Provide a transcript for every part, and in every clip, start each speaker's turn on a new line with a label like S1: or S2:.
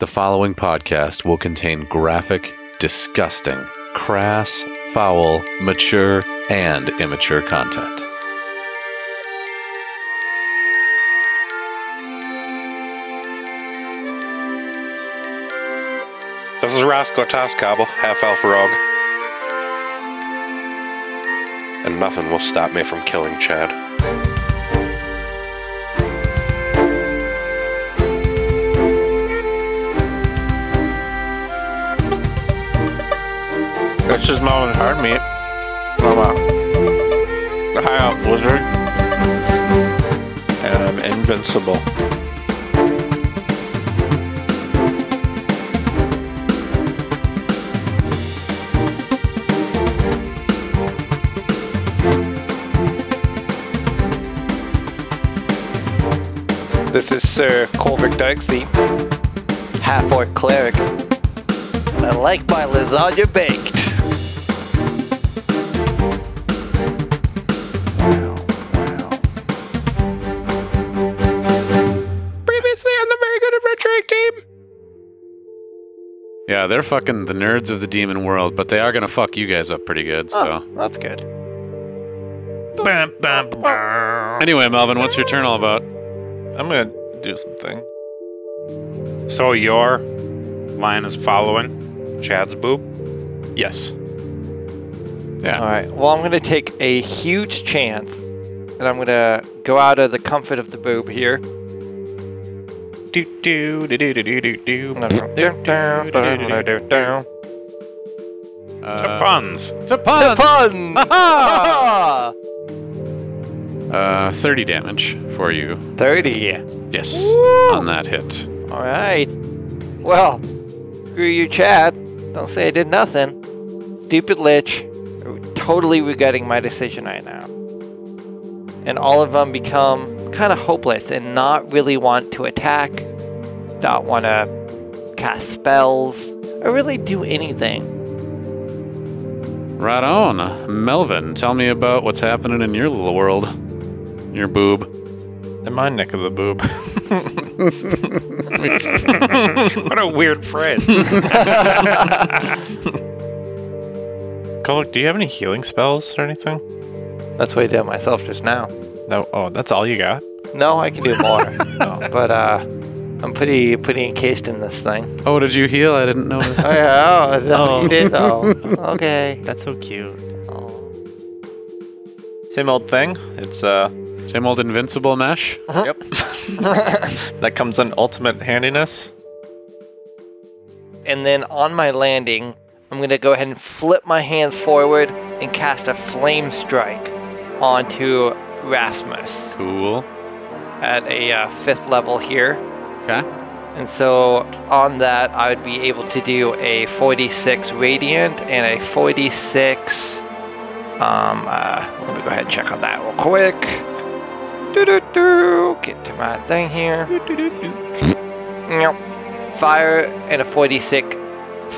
S1: The following podcast will contain graphic, disgusting, crass, foul, mature, and immature content.
S2: This is Roscoe Toscobble, half elf rogue. And nothing will stop me from killing Chad. It's just more than hard meat. I'm a a high elf wizard. And I'm invincible. This is Sir Colvick Dykesy.
S3: half orc cleric. I like my lasagna baked.
S2: Previously on the Very Good Adventuring Team.
S1: Yeah, they're fucking the nerds of the demon world, but they are gonna fuck you guys up pretty good, so.
S2: Oh,
S3: That's good.
S1: Anyway, Melvin, what's your turn all about? Uh,
S2: I'm gonna do something. So your line is following Chad's boob.
S1: Yes. Yeah.
S3: All right. Well, I'm gonna take a huge chance, and I'm gonna go out of the comfort of the boob here.
S2: Do do do do do do do do.
S3: Puns.
S1: Uh,
S2: Puns.
S1: it's a pun!
S3: Ah!
S1: Uh, 30 damage for you.
S3: Thirty.
S1: Yes. On that hit.
S3: All right. Well, screw you, Chad. Don't say I did nothing. Stupid lich. Totally regretting my decision right now. And all of them become kind of hopeless and not really want to attack, not want to cast spells, or really do anything.
S1: Right on. Melvin, tell me about what's happening in your little world. Your boob.
S2: In my neck of the boob. what a weird phrase. Kolok, do you have any healing spells or anything?
S3: That's what I did myself just now.
S2: No. Oh, that's all you got?
S3: No, I can do more, but uh, I'm pretty pretty encased in this thing.
S1: Oh, did you heal? I didn't know.
S3: Oh, yeah, oh, no, you did. Oh, okay.
S2: That's so cute.
S3: Oh.
S2: Same old thing. It's uh
S1: Same old invincible mesh.
S2: yep. that comes in ultimate handiness.
S3: and then on my landing, I'm gonna go ahead and flip my hands forward and cast a flame strike onto Rasmus
S1: Cool.
S3: at a uh, fifth level here.
S1: Okay.
S3: And so on that, I would be able to do a 46 radiant and a 46. Um, uh, let me go ahead and check on that real quick. Do do do. Get to my thing here. Yep. Fire and a 46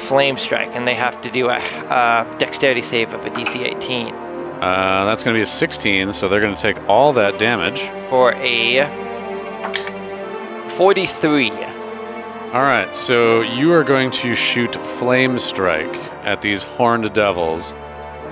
S3: flame strike, and they have to do a uh, dexterity save of a DC 18
S1: Uh, that's going to be a 16, so they're going to take all that damage.
S3: for a 43.
S1: All right, so you are going to shoot Flame Strike at these horned devils.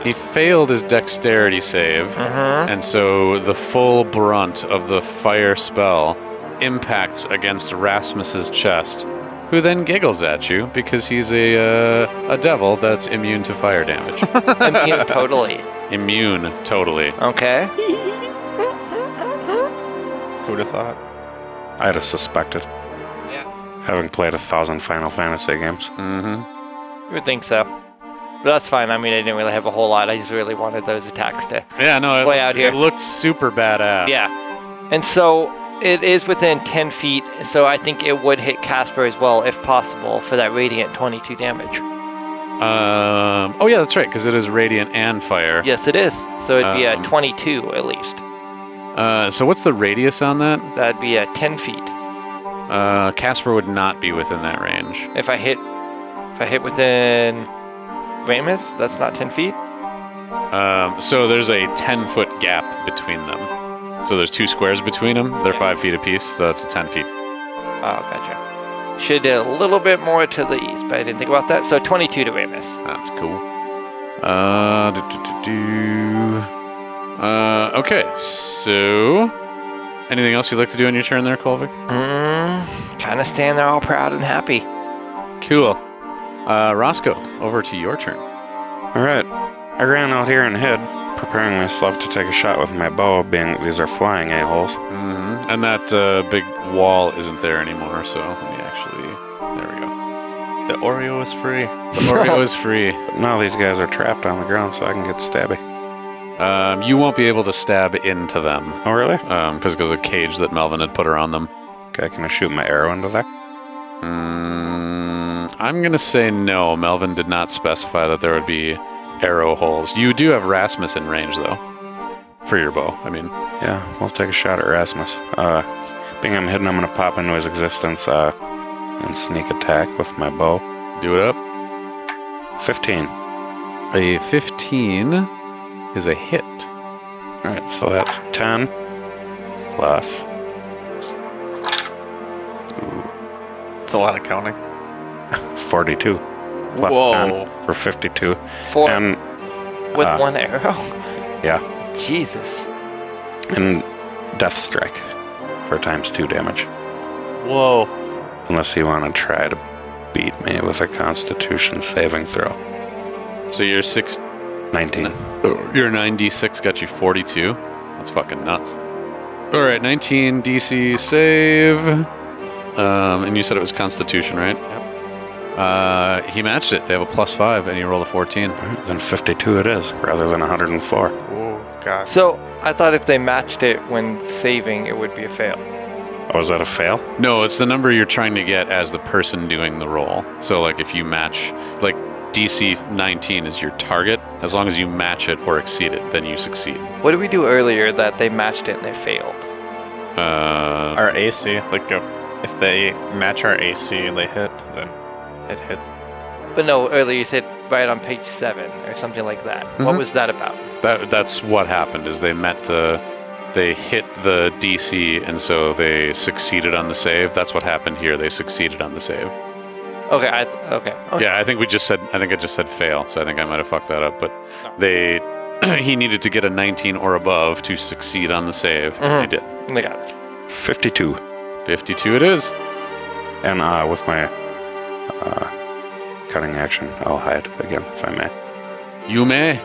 S1: He failed his dexterity save,
S3: Mm-hmm.
S1: and so the full brunt of the fire spell impacts against Rasmus's chest, who then giggles at you because he's a uh, a devil that's immune to fire damage.
S3: Immune totally.
S1: immune, totally.
S3: Okay.
S2: Who'd have thought? I'd have suspected.
S3: Yeah.
S2: Having played a thousand Final Fantasy games.
S1: Mm-hmm.
S3: You would think so. But that's fine. I mean, I didn't really have a whole lot. I just really wanted those attacks to.
S1: Yeah, no, it,
S3: Play out here.
S1: it looked super badass.
S3: Yeah. And so it is within 10 feet, so I think it would hit Casper as well, if possible, for that radiant 22 damage.
S1: Um, oh yeah, that's right, because it is radiant and fire.
S3: Yes, it is. So it'd be a
S1: Um.
S3: 22 at least.
S1: Uh, so what's the radius on that?
S3: That'd be a 10 feet.
S1: Uh, Casper would not be within that range.
S3: If I hit, if I hit within Ramus, that's not 10 feet.
S1: Um, so there's a 10 foot gap between them. So there's two squares between them. They're five feet apiece, so that's 10 feet.
S3: Oh, gotcha. Should have did a little bit more to the east, but I didn't think about that. So 22 to a miss.
S1: That's cool. Uh, do, do, do, do. uh okay. So, anything else you'd like to do on your turn there, Kolvik?
S3: Mm, kind of stand there all proud and happy.
S1: Cool. Uh, Roscoe, over to your turn.
S2: All right. I ran out here and hid, preparing myself to take a shot with my bow, being that these are flying a-holes.
S1: Mm-hmm. And that uh, big wall isn't there anymore, so let me actually. There we go.
S4: The Oreo is free.
S1: The Oreo is free.
S2: But now these guys are trapped on the ground, so I can get stabby.
S1: Um, you won't be able to stab into them
S2: Oh, really?
S1: um, because of the cage that Melvin had put around them.
S2: Okay, can I shoot my arrow into that?
S1: Mm, I'm gonna say no. Melvin did not specify that there would be arrow holes. You do have Rasmus in range though, for your bow. I mean,
S2: Yeah, we'll take a shot at Rasmus. Uh, being I'm hidden, I'm gonna pop into his existence uh, and sneak attack with my bow.
S1: do it up.
S2: 15.
S1: A 15 is a hit.
S2: All right, so that's 10 plus.
S4: It's a lot of counting.
S2: 42 plus
S4: Whoa.
S2: 10 for 52.
S3: Four
S2: And
S3: with
S2: uh,
S3: one arrow.
S2: yeah,
S3: Jesus.
S2: and death strike for times 2 damage.
S4: Whoa.
S2: Unless you want to try to beat me with a constitution saving throw.
S1: So your six,
S2: 19.
S1: your 9d6 got you 42. That's fucking nuts. All right, 19 DC save. Um, and you said it was Constitution, right? Yep. Uh, he matched it. They have a plus five, and he rolled a 14.
S2: All right, then 52 it is, rather than 104.
S4: Oh, gosh.
S3: So I thought if they matched it when saving, it would be a fail.
S2: Oh, is that a fail?
S1: No, it's the number you're trying to get as the person doing the roll. So, like, if you match, like, DC 19 is your target. As long as you match it or exceed it, then you succeed.
S3: What did we do earlier that they matched it and they failed?
S1: Uh,
S4: Our AC, like uh, if they match our AC and they hit, then it hits.
S3: But no, earlier you said right on page seven or something like that. What
S1: Mhm.
S3: was that about?
S1: that, that's what happened is they met the, they hit the DC, and so they succeeded on the save. That's what happened here. They succeeded on the save.
S3: Okay, I, okay. okay.
S1: Yeah, I think we just said. I think I just said fail, so I think I might have fucked that up. But they, he needed to get a 19 or above to succeed on the save.
S3: Mhm.
S1: He did.
S3: They got it.
S2: 52.
S1: 52 it is.
S2: And uh, with my uh, cutting action, I'll hide again if I may.
S1: You may.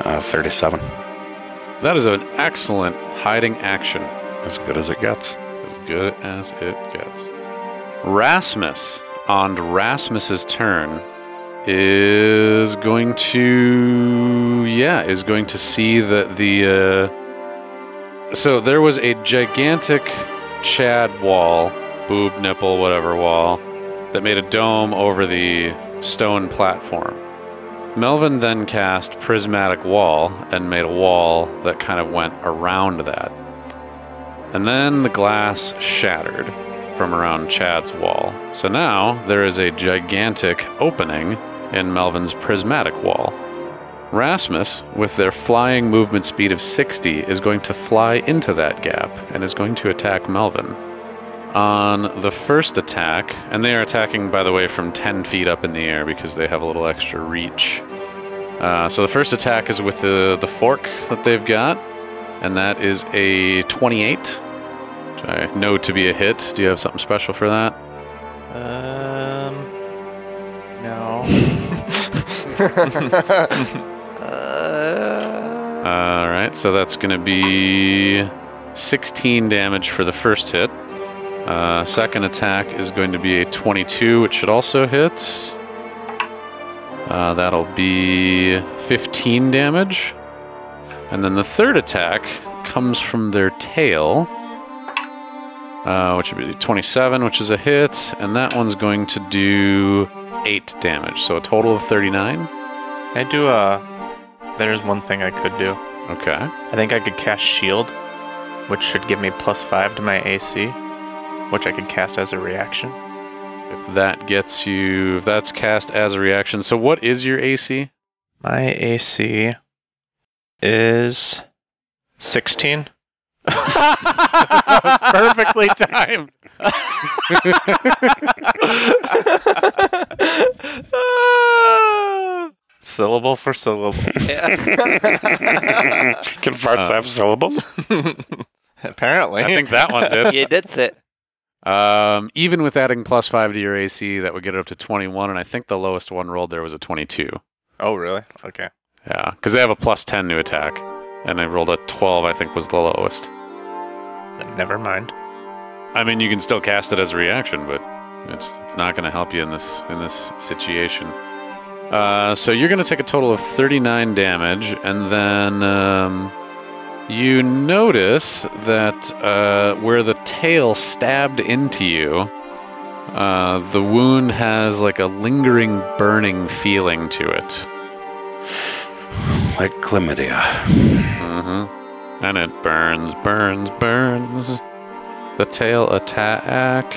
S2: Uh, 37.
S1: That is an excellent hiding action.
S2: As good as it gets.
S1: As good as it gets. Rasmus, on Rasmus's turn, is going to. Yeah, is going to see that the. Uh, so there was a gigantic Chad wall, boob, nipple, whatever wall, that made a dome over the stone platform. Melvin then cast Prismatic Wall and made a wall that kind of went around that. And then the glass shattered from around Chad's wall. So now there is a gigantic opening in Melvin's prismatic wall. Rasmus, with their flying movement speed of 60, is going to fly into that gap and is going to attack Melvin. On the first attack, and they are attacking, by the way, from 10 feet up in the air because they have a little extra reach. Uh, so the first attack is with the, the fork that they've got, and that is a 28. Which I know to be a hit. Do you have something special for that?
S4: Um. No.
S3: Uh,
S1: All right, so that's going to be 16 damage for the first hit. Uh, second attack is going to be a 22, which should also hit. Uh, that'll be 15 damage. And then the third attack comes from their tail, uh, which would be 27, which is a hit. And that one's going to do 8 damage, so a total of 39.
S4: I do a. There's one thing I could do.
S1: Okay.
S4: I think I could cast Shield, which should give me plus five to my AC, which I could cast as a reaction.
S1: If that gets you, if that's cast as a reaction. So what is your AC?
S4: My AC is 16.
S1: Perfectly timed.
S4: syllable for syllable.
S3: Yeah.
S2: Can farts
S1: Uh,
S2: have syllables?
S4: Apparently.
S1: I think that one did.
S3: you did it.
S1: Um, even with adding plus five to your AC, that would get it up to 21. And I think the lowest one rolled there was a 22.
S4: Oh, really? Okay.
S1: Yeah, because they have a plus 10 to attack. And I rolled a 12, I think was the lowest.
S4: Then Never mind.
S1: I mean, you can still cast it as a reaction, but it's, it's not going to help you in this in this situation. Uh, so you're going to take a total of 39 damage, and then um, you notice that uh, where the tail stabbed into you, uh, the wound has like a lingering, burning feeling to it.
S2: Like chlamydia.
S1: Mm-hmm. And it burns, burns, burns. The tail attack.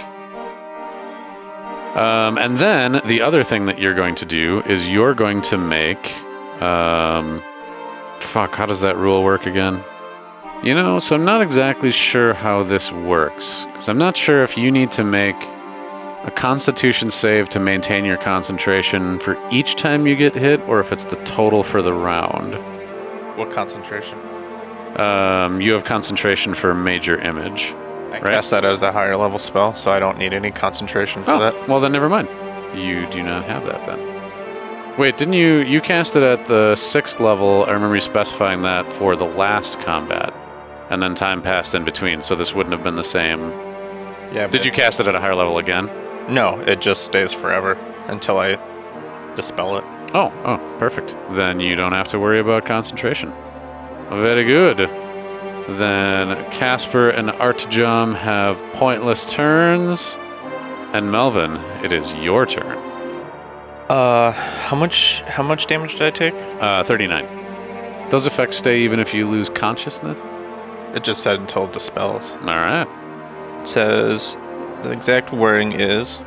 S1: Um, and then the other thing that you're going to do is you're going to make. Um, fuck, how does that rule work again? You know, so I'm not exactly sure how this works. Because I'm not sure if you need to make a constitution save to maintain your concentration for each time you get hit, or if it's the total for the round.
S4: What concentration?
S1: Um, you have concentration for major image.
S4: I
S1: Right.
S4: cast that as a higher level spell, so I don't need any concentration for
S1: Oh,
S4: that.
S1: well then never mind. You do not have that then. Wait, didn't you you cast it at the sixth level? I remember you specifying that for the last combat, and then time passed in between, so this wouldn't have been the same.
S4: Yeah.
S1: Did you cast it at a higher level again?
S4: No, it just stays forever until I dispel it.
S1: Oh, oh, perfect. Then you don't have to worry about concentration. Very good. Then Casper and Artjum have pointless turns, and Melvin, it is your turn.
S4: Uh, how much? How much damage did I take?
S1: Uh, 39. Those effects stay even if you lose consciousness?
S4: It just said until it dispels.
S1: All right.
S4: It says the exact wording is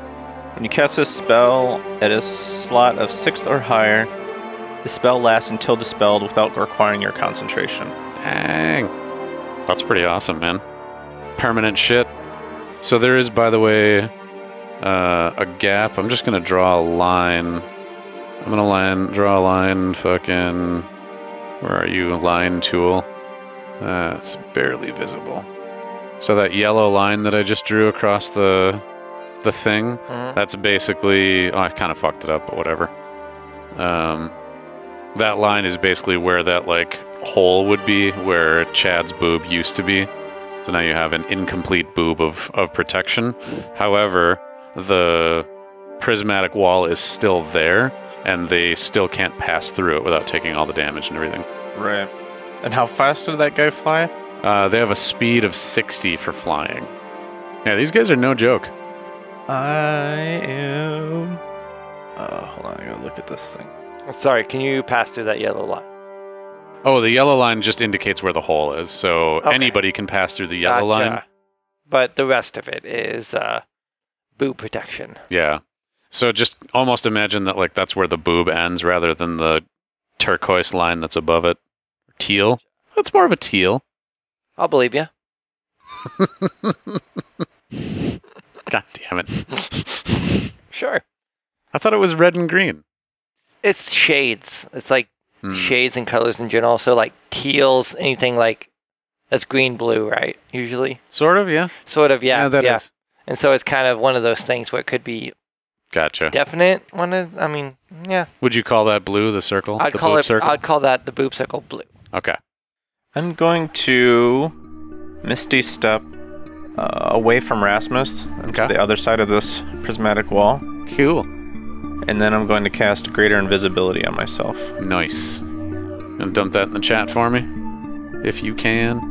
S4: when you cast a spell at a slot of six or higher, the spell lasts until dispelled without requiring your concentration.
S1: Dang. That's pretty awesome, man. Permanent shit. So there is, by the way, uh, a gap. I'm just gonna draw a line. I'm gonna line, draw a line. Fucking, where are you? Line tool. That's barely visible. So that yellow line that I just drew across the the thing.
S3: Mhm.
S1: That's basically. Oh, I kind of fucked it up, but whatever. Um, that line is basically where that like hole would be where Chad's boob used to be. So now you have an incomplete boob of, of protection. However, the prismatic wall is still there and they still can't pass through it without taking all the damage and everything.
S4: Right. And how fast did that guy fly?
S1: Uh, they have a speed of 60 for flying. Yeah, these guys are no joke.
S4: I am. Oh, hold on, I gotta look at this thing.
S3: Sorry, can you pass through that yellow line?
S1: Oh, the yellow line just indicates where the hole is. So
S3: Okay.
S1: anybody can pass through the yellow
S3: Gotcha.
S1: line.
S3: But the rest of it is uh, boot protection.
S1: Yeah. So just almost imagine that like that's where the boob ends rather than the turquoise line that's above it. Teal. That's more of a teal.
S3: I'll believe you.
S1: God damn it.
S3: Sure.
S1: I thought it was red and green.
S3: It's shades. It's like
S1: Hmm.
S3: shades and colors in general. So like teals, anything like that's green blue, right? Usually,
S1: Sort of, yeah.
S3: sort of. Yeah,
S1: yeah, that is.
S3: And so it's kind of one of those things where it could be
S1: Gotcha.
S3: definite. One of, I mean, yeah.
S1: Would you call that blue the circle?
S3: I'd
S1: the
S3: call
S1: boob
S3: it.
S1: circle?
S3: I'd call that the boob circle blue.
S1: Okay.
S4: I'm going to Misty Step uh, away from Rasmus and to
S1: Okay.
S4: the other side of this prismatic wall,
S1: Cool.
S4: and then I'm going to cast Greater Invisibility on myself.
S1: Nice. And dump that in the chat for me, if you can.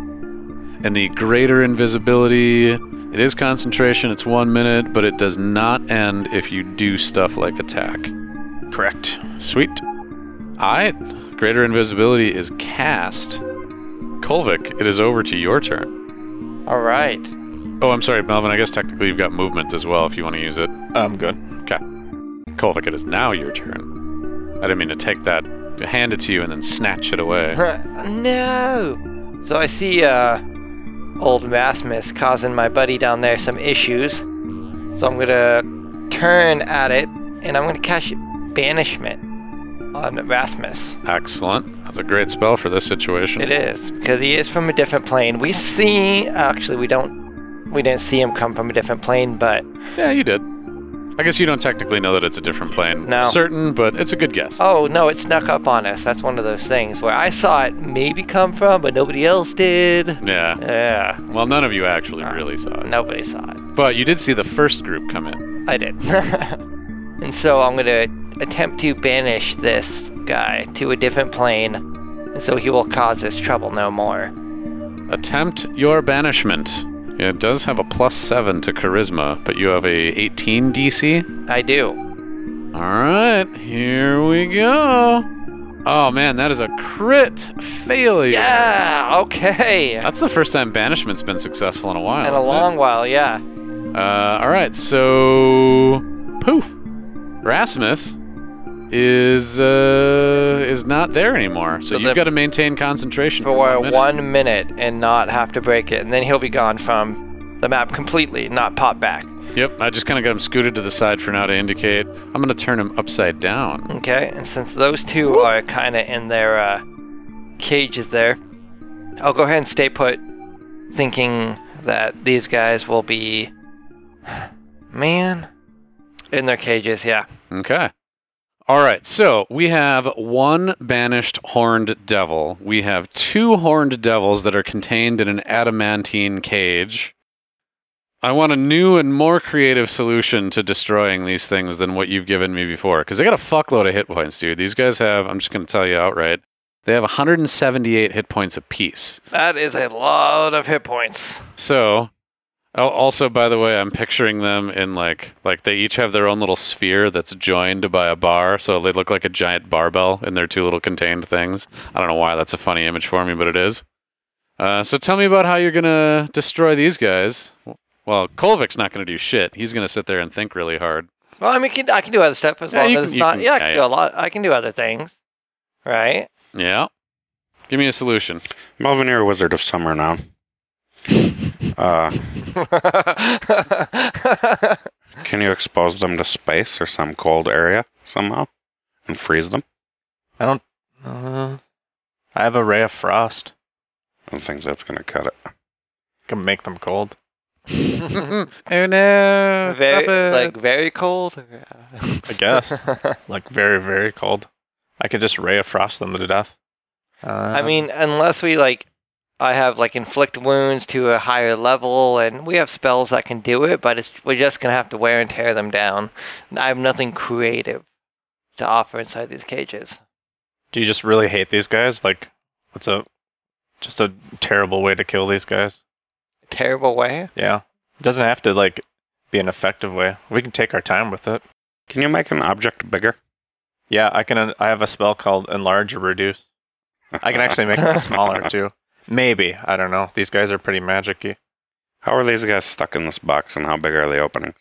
S1: And the greater invisibility, it is concentration, it's one minute, but it does not end if you do stuff like attack.
S4: Correct.
S1: Sweet. Alright. Greater invisibility is cast. Kolvik, it is over to your turn.
S3: All right.
S1: Oh, I'm sorry, Melvin. I guess technically you've got movement as well if you want to use it.
S4: I'm good.
S1: Okay. Kolvik, it is now your turn. I didn't mean to take that, to hand it to you and then snatch it away.
S3: no. So I see uh, old Rasmus causing my buddy down there some issues. So I'm gonna turn at it and I'm gonna cast banishment on Rasmus.
S1: Excellent. That's a great spell for this situation.
S3: It is because he is from a different plane. We see actually we don't we didn't see him come from a different plane, but
S1: Yeah, you did. I guess you don't technically know that it's a different plane.
S3: No.
S1: Certain, but it's a good guess.
S3: oh no, it snuck up on us. That's one of those things where I saw it maybe come from, but nobody else did.
S1: Yeah.
S3: Yeah,
S1: Well, none of you actually
S3: Ah.
S1: really saw it.
S3: nobody saw it.
S1: But you did see the first group come in.
S3: I did. and so I'm gonna attempt to banish this guy to a different plane, and so he will cause us trouble no more.
S1: Attempt your banishment. It does have a plus seven to charisma, but you have a 18 DC.
S3: I do.
S1: All right, here we go. Oh man, that is a crit failure.
S3: Yeah. Okay.
S1: That's the first time banishment's been successful in a while.
S3: In a
S1: isn't it?
S3: long while, yeah.
S1: Uh, all right, so poof, Rasmus is uh, is not there anymore. So,
S3: So the-
S1: you've got to maintain concentration
S3: for
S1: minute.
S3: one minute and not have to break it, and then he'll be gone from the map completely, not pop back.
S1: Yep, I just kind of got him scooted to the side for now to indicate. I'm gonna turn him upside down.
S3: Okay, and since those two are kind of in their uh, cages there, I'll go ahead and stay put, thinking that these guys will be, man, in their cages. Yeah,
S1: Okay. All right, so we have one banished horned devil. We have two horned devils that are contained in an adamantine cage. I want a new and more creative solution to destroying these things than what you've given me before. Because they got a fuckload of hit points, dude. These guys have, I'm just going to tell you outright, they have 178 hit points apiece.
S3: that is a lot of hit points.
S1: So, oh, also by the way, I'm picturing them in like like they each have their own little sphere that's joined by a bar, so they look like a giant barbell in their two little contained things. I don't know why that's a funny image for me, but it is. Uh, so tell me about how you're gonna destroy these guys. Well, Kolvik's not gonna do shit. He's gonna sit there and think really hard.
S3: Well, I mean, can, I can do other stuff as
S1: Yeah,
S3: long
S1: you
S3: as
S1: can-
S3: it's
S1: you
S3: not.
S1: can-
S3: yeah, I
S1: yeah,
S3: can
S1: yeah.
S3: do a lot. I can do other things, right?
S1: Yeah. Give me a solution.
S2: Melvinir, Wizard of Summer now. Uh, can you expose them to space or some cold area somehow and freeze them?
S4: Uh, I have a ray of frost.
S2: I don't think that's going to cut it.
S4: Can make them cold.
S1: oh no!
S3: very like very cold. or-
S4: I guess. like very, very cold. I could just ray of frost them to death. Uh,
S3: I mean, unless we like, I have like inflict wounds to a higher level, and we have spells that can do it, but it's we're just gonna have to wear and tear them down. I have nothing creative to offer inside these cages.
S4: do you just really hate these guys? Like, what's a just a terrible way to kill these guys?
S3: Terrible way.
S4: Yeah, it doesn't have to like be an effective way. We can take our time with it.
S2: Can you make an object bigger?
S4: Yeah, I can. I have a spell called enlarge or reduce. I can actually make them smaller too. Maybe I don't know. These guys are pretty magicy.
S2: How are these guys stuck in this box and how big are the openings?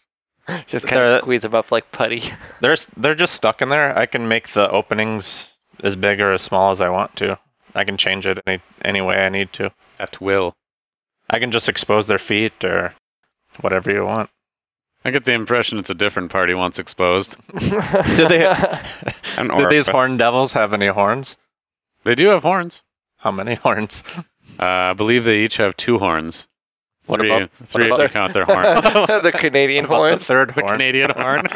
S3: Just kind
S4: There-
S3: of squeeze them up like putty.
S4: They're s- they're just stuck in there. I can make the openings as big or as small as I want to. I can change it any any way I need to.
S1: at will.
S4: I can just expose their feet or whatever you want.
S1: I get the impression it's a different party once exposed.
S4: Did they?
S2: An
S4: did
S2: orifice.
S4: these horn devils have any horns?
S1: They do have horns.
S4: How many horns?
S1: Uh, I believe they each have two horns.
S4: What
S1: three,
S4: about-
S1: three
S4: what
S1: if you count their horn?
S3: the Canadian
S4: What about
S3: horns.
S4: the third
S1: The
S4: horn.
S1: Canadian horn.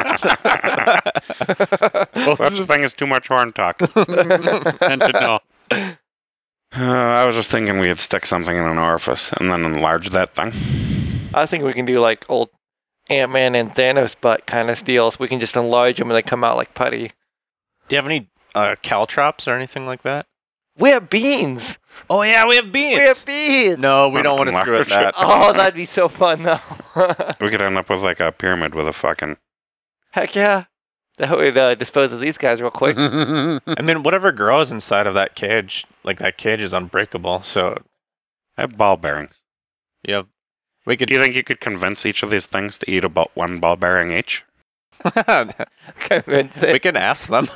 S2: That's the thing is too much horn talk.
S1: and to know.
S2: Uh, I was just thinking we could stick something in an orifice and then enlarge that thing.
S3: I think we can do like old Ant Man and Thanos butt kind of steals. We can just enlarge them and they come out like putty.
S4: Do you have any uh, caltrops or anything like that?
S3: We have beans.
S4: Oh yeah, we have beans.
S3: We have beans.
S4: no, we don't want to screw with that.
S3: Oh, that'd be so fun though.
S2: We could end up with like a pyramid with a fucking.
S3: Heck yeah. That would uh, dispose of these guys real quick.
S4: I mean, whatever grows inside of that cage, like that cage is unbreakable. So
S2: I have ball bearings.
S4: yeah, we could.
S2: Do you think you could convince each of these things to eat about one ball bearing each?
S3: Convince
S4: Mm-hmm. we
S3: it.
S4: can ask them.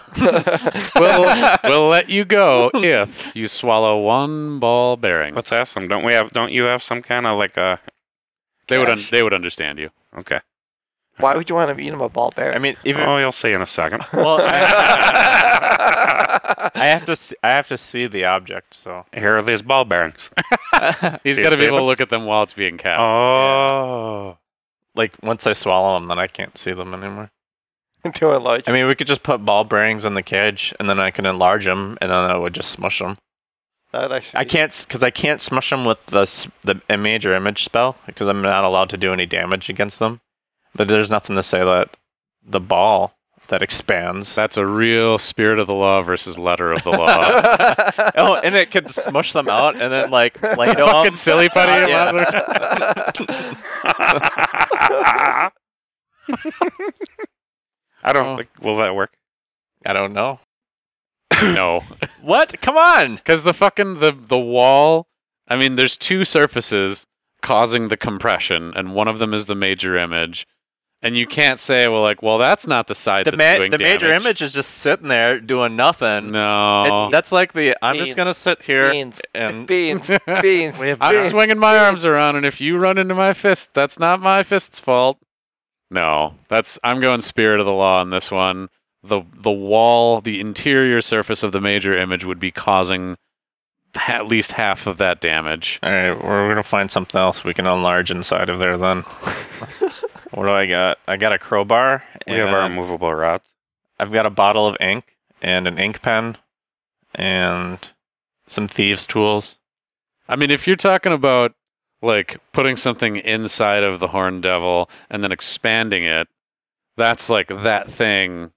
S1: We'll, we'll let you go if you swallow one ball bearing.
S2: Let's ask them. Don't we have? Don't you have some kind of like a?
S1: They would un-
S3: Gosh.
S1: they would understand you.
S2: Okay.
S3: Why would you want to beat him a ball bear?
S4: I mean, even
S2: Oh, you'll see in a second.
S4: well, I, I have to. See, I have to see the object. So
S2: Here are these ball bearings.
S1: He's
S2: Do you
S1: got to be
S2: see
S1: able to
S2: them?
S1: look at them while it's being cast.
S2: Oh.
S4: like once I swallow them, then I can't see them anymore.
S3: to enlarge.
S4: I mean, we could just put ball bearings in the cage, and then I can enlarge them, and then I would just smush them.
S3: That actually-
S4: I can't because I can't smush them with the s- the image or image spell because I'm not allowed to do any damage against them. But there's nothing to say that the ball that expands.
S1: That's a real spirit of the law versus letter of the law.
S4: oh, and it could smush them out and then like lay down.
S1: Fucking silly putty.
S4: Uh, yeah.
S2: I don't.
S1: Oh.
S2: Like, will that work?
S4: I don't know.
S1: no,
S4: What? Come on.
S1: because the fucking the the wall. I mean, there's two surfaces causing the compression, and one of them is the major image. And you can't say, well, like, well, that's not the side
S4: The
S1: that's
S4: ma-
S1: doing
S4: the major
S1: damage.
S4: image is just sitting there doing nothing.
S1: No,
S4: It- that's like the I'm
S3: Beans.
S4: just gonna sit here
S3: beans,
S4: and
S3: beans, beans.
S4: we have
S1: I'm
S4: beans.
S1: swinging my arms around, and if you run into my fist, that's not my fist's fault. No, that's I'm going spirit of the law on this one. the The wall, the interior surface of the major image would be causing ha- at least half of that damage.
S4: All right, we're gonna find something else we can enlarge inside of there. Then, what do I got? I got a crowbar.
S2: We have our
S4: and
S2: movable rods.
S4: I've got a bottle of ink and an ink pen, and some thieves' tools.
S1: I mean, if you're talking about like putting something inside of the horned devil and then expanding it, that's like that thing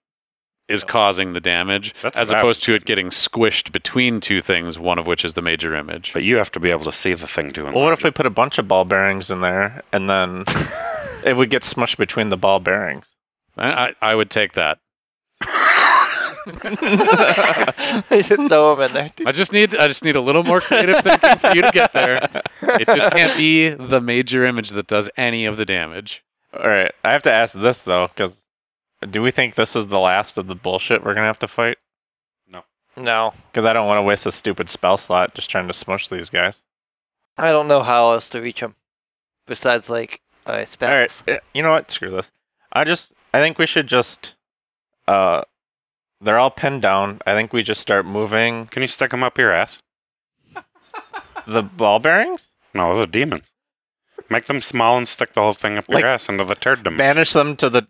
S1: is causing the damage
S2: That's
S1: as
S2: what I was
S1: opposed to it getting squished between two things one of which is the major image
S2: But you have to be able to see the thing doing.
S4: Well, what if we put a bunch of ball bearings in there, and then it would get smushed between the ball bearings?
S1: I, I, I would take that.
S3: they just throw them in there.
S1: I just need I just need a little more creative thinking for you to get there. It just can't be the major image that does any of the damage.
S4: All right, I have to ask this though, because do we think this is the last of the bullshit we're gonna have to fight?
S3: No,
S4: Because I don't want to waste a stupid spell slot just trying to smush these guys.
S3: I don't know how else to reach them besides like uh, spells.
S4: All right, eh, you know what? Screw this. I just, I think we should just, uh, they're all pinned down. I think we just start moving
S2: Can you stick them up your ass?
S4: the ball bearings,
S2: No, those are demons. Make them small and stick the whole thing up
S4: Like-
S2: your ass into the turd dimension.
S4: banish them to the.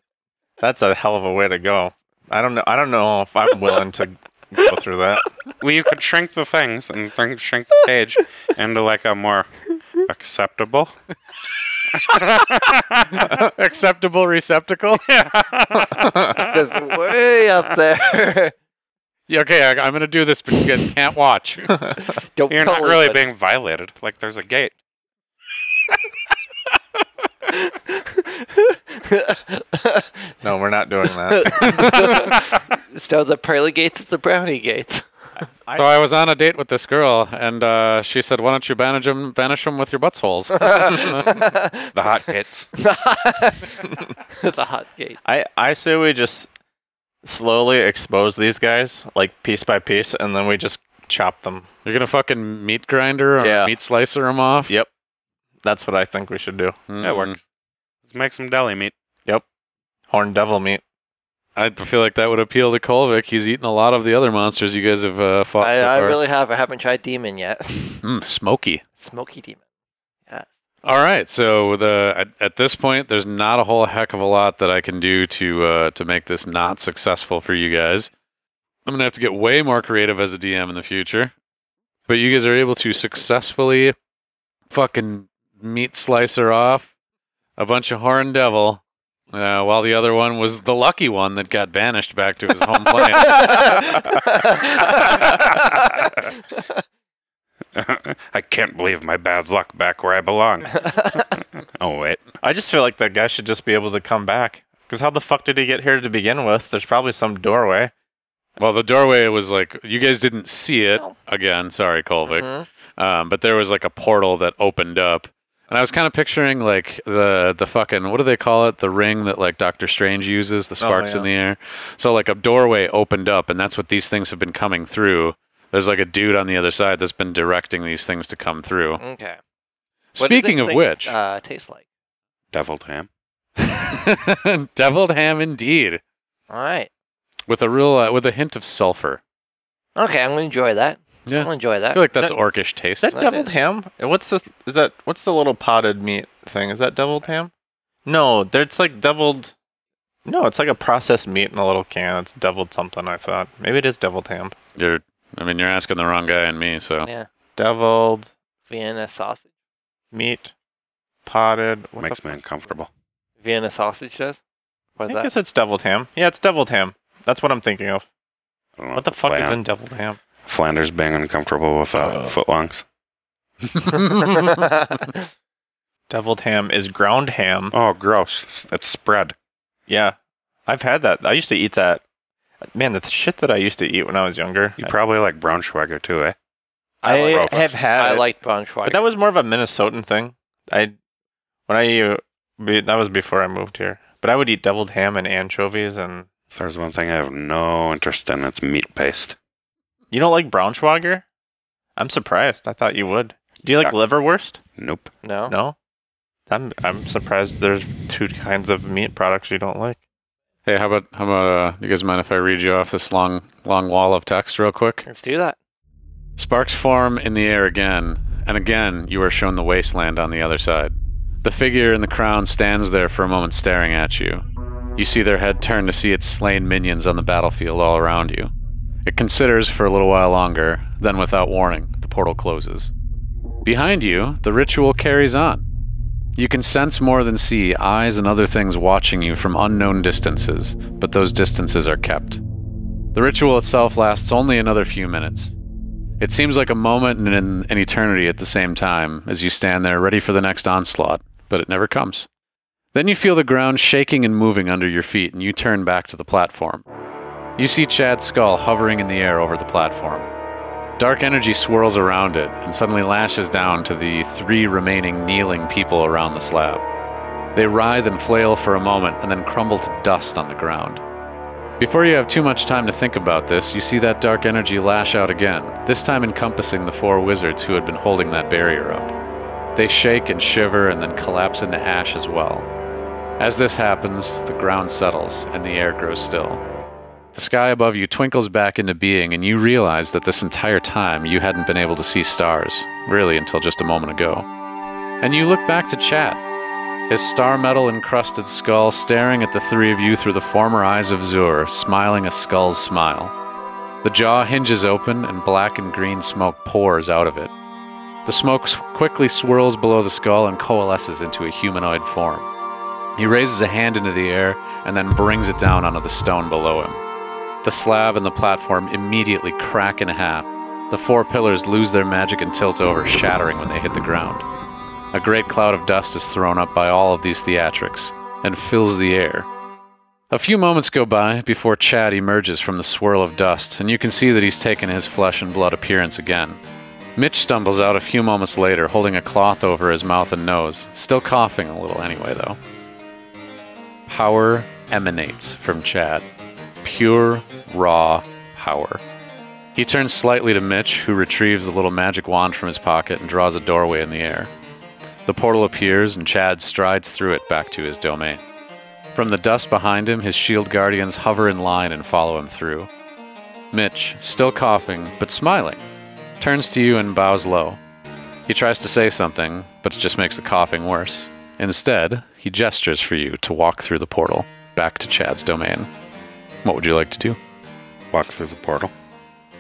S4: That's a hell of a way to go. I don't know. I don't know if I'm willing to go through that.
S2: Well, you could shrink the things and th- shrink the cage into like a more acceptable.
S1: Acceptable receptacle.
S3: Just way up there.
S1: Yeah, okay, I, I'm gonna do this, but you guys can't watch.
S3: don't
S2: You're not
S3: tell
S2: really
S3: anybody.
S2: being violated. Like there's a gate.
S4: No, we're not doing that.
S3: so the pearly gates is the brownie gates.
S1: So I was on a date with this girl, and uh, she said, "Why don't you banish them? Banish them with your butts holes."
S2: The hot gates.
S3: it's a hot gate.
S4: I I say we just slowly expose these guys like piece by piece, and then we just chop them.
S1: You're gonna fucking meat grinder or
S4: Yeah.
S1: meat slicer them off.
S4: Yeah. That's what I think we should do.
S2: That works. Let's make some deli meat.
S4: Horn devil meat.
S1: I feel like that would appeal to Kolvik. He's eaten a lot of the other monsters you guys have uh, fought
S3: I,
S1: so
S3: I
S1: far.
S3: really have. I haven't tried demon yet.
S1: Mm, smoky.
S3: Smoky demon.
S1: All right. So the at, at this point, there's not a whole heck of a lot that I can do to uh, to make this not successful for you guys. I'm gonna have to get way more creative as a DM in the future. But you guys are able to successfully fucking meat slicer off a bunch of horn devil, uh, while the other one was the lucky one that got banished back to his home planet.
S2: I can't believe my bad luck back where I belong. oh wait.
S4: I just feel like that guy should just be able to come back. Because how the fuck did he get here to begin with? There's probably some doorway.
S1: Well, the doorway was like you guys didn't see it
S3: No.
S1: again. Sorry, Kolvik.
S3: Mhm.
S1: Um, but there was like a portal that opened up, And I was kind of picturing like the the fucking what do they call it? The ring that like Doctor Strange uses, the sparks in the
S4: yeah.
S1: air. So like a doorway opened up, and that's what these things have been coming through. There's like a dude on the other side that's been directing these things to come through.
S3: Okay. What do
S1: Speaking
S3: these
S1: of
S3: things,
S1: which,
S3: uh, taste like.
S2: Deviled ham.
S1: deviled ham indeed,
S3: All right.
S1: with a real uh, with a hint of sulfur.
S3: Okay, I'm gonna enjoy that.
S1: Yeah,
S3: I'll enjoy
S1: I
S3: that.
S1: feel like that's
S4: That-
S1: orcish
S4: Is
S1: taste.
S4: that
S3: That
S4: deviled
S3: is-
S4: ham? And What's the is that what's the little potted meat thing? Is that deviled ham? No, there- it's like deviled No, it's like a processed meat in a little can. It's deviled something, I thought. Maybe it is deviled ham.
S1: You're, I mean, you're asking the wrong guy and me. So
S3: Yeah.
S4: Deviled
S3: Vienna sausage.
S4: meat potted what the
S2: Makes
S4: f-
S2: me uncomfortable.
S3: Vienna sausage does.
S4: I
S3: What is
S4: think
S3: that?
S4: it's, it's deviled ham. Yeah, it's deviled ham. That's what I'm thinking of.
S2: I don't know
S4: What the fuck is
S2: Flan-
S4: in deviled ham?
S2: Flanders being uncomfortable with uh, footlongs?
S4: Deviled ham is ground ham.
S2: Oh, gross. S- It's spread.
S4: Yeah. I've had that. I used to eat that. Man, the shit that I used to eat when I was younger.
S2: You probably like Braunschweiger too, eh?
S4: I,
S3: I like-
S4: have had
S3: I
S4: it.
S3: like Braunschweig.
S4: But that was more of a Minnesotan thing. I when I uh, be, that was before I moved here. But I would eat deviled ham and anchovies, and
S2: If there's one thing I have no interest in, it's meat paste.
S4: you don't like Braunschweiger? I'm surprised. I thought you would. Do you like
S2: Yeah.
S4: liverwurst?
S2: Nope.
S3: no.
S4: No. I'm I'm surprised. There's two kinds of meat products you don't like.
S1: hey, how about how about uh, you guys mind if I read you off this long long wall of text real quick?
S3: Let's do that.
S1: Sparks form in the air again, and again you are shown the wasteland on the other side. The figure in the crown stands there for a moment staring at you. You see their head turn to see its slain minions on the battlefield all around you. It considers for a little while longer, then without warning, the portal closes. Behind you, the ritual carries on. You can sense more than see eyes and other things watching you from unknown distances, but those distances are kept. The ritual itself lasts only another few minutes. It seems like a moment and an, an eternity at the same time as you stand there ready for the next onslaught, but it never comes. Then you feel the ground shaking and moving under your feet, and you turn back to the platform. You see Chad's skull hovering in the air over the platform. Dark energy swirls around it and suddenly lashes down to the three remaining kneeling people around the slab. They writhe and flail for a moment and then crumble to dust on the ground. Before you have too much time to think about this, you see that dark energy lash out again, this time encompassing the four wizards who had been holding that barrier up. They shake and shiver and then collapse into ash as well. As this happens, the ground settles and the air grows still. The sky above you twinkles back into being, and you realize that this entire time you hadn't been able to see stars, really until just a moment ago. And you look back to Chad his star metal encrusted skull staring at the three of you through the former eyes of Zur, smiling a skull's smile. The jaw hinges open and black and green smoke pours out of it. The smoke s- quickly swirls below the skull and coalesces into a humanoid form. He raises a hand into the air and then brings it down onto the stone below him. The slab and the platform immediately crack in half. The four pillars lose their magic and tilt over, shattering when they hit the ground. A great cloud of dust is thrown up by all of these theatrics and fills the air. A few moments go by before Chad emerges from the swirl of dust, and you can see that he's taken his flesh and blood appearance again. Mitch stumbles out a few moments later, holding a cloth over his mouth and nose, still coughing a little anyway, though. Power emanates from Chad. Pure, raw power. He turns slightly to Mitch, who retrieves a little magic wand from his pocket and draws a doorway in the air. The portal appears, and Chad strides through it back to his domain. From the dust behind him, his shield guardians hover in line and follow him through. Mitch, still coughing but smiling, turns to you and bows low. He tries to say something, but it just makes the coughing worse. Instead, he gestures for you to walk through the portal back to Chad's domain. What would you like to do?
S2: Walk through the portal.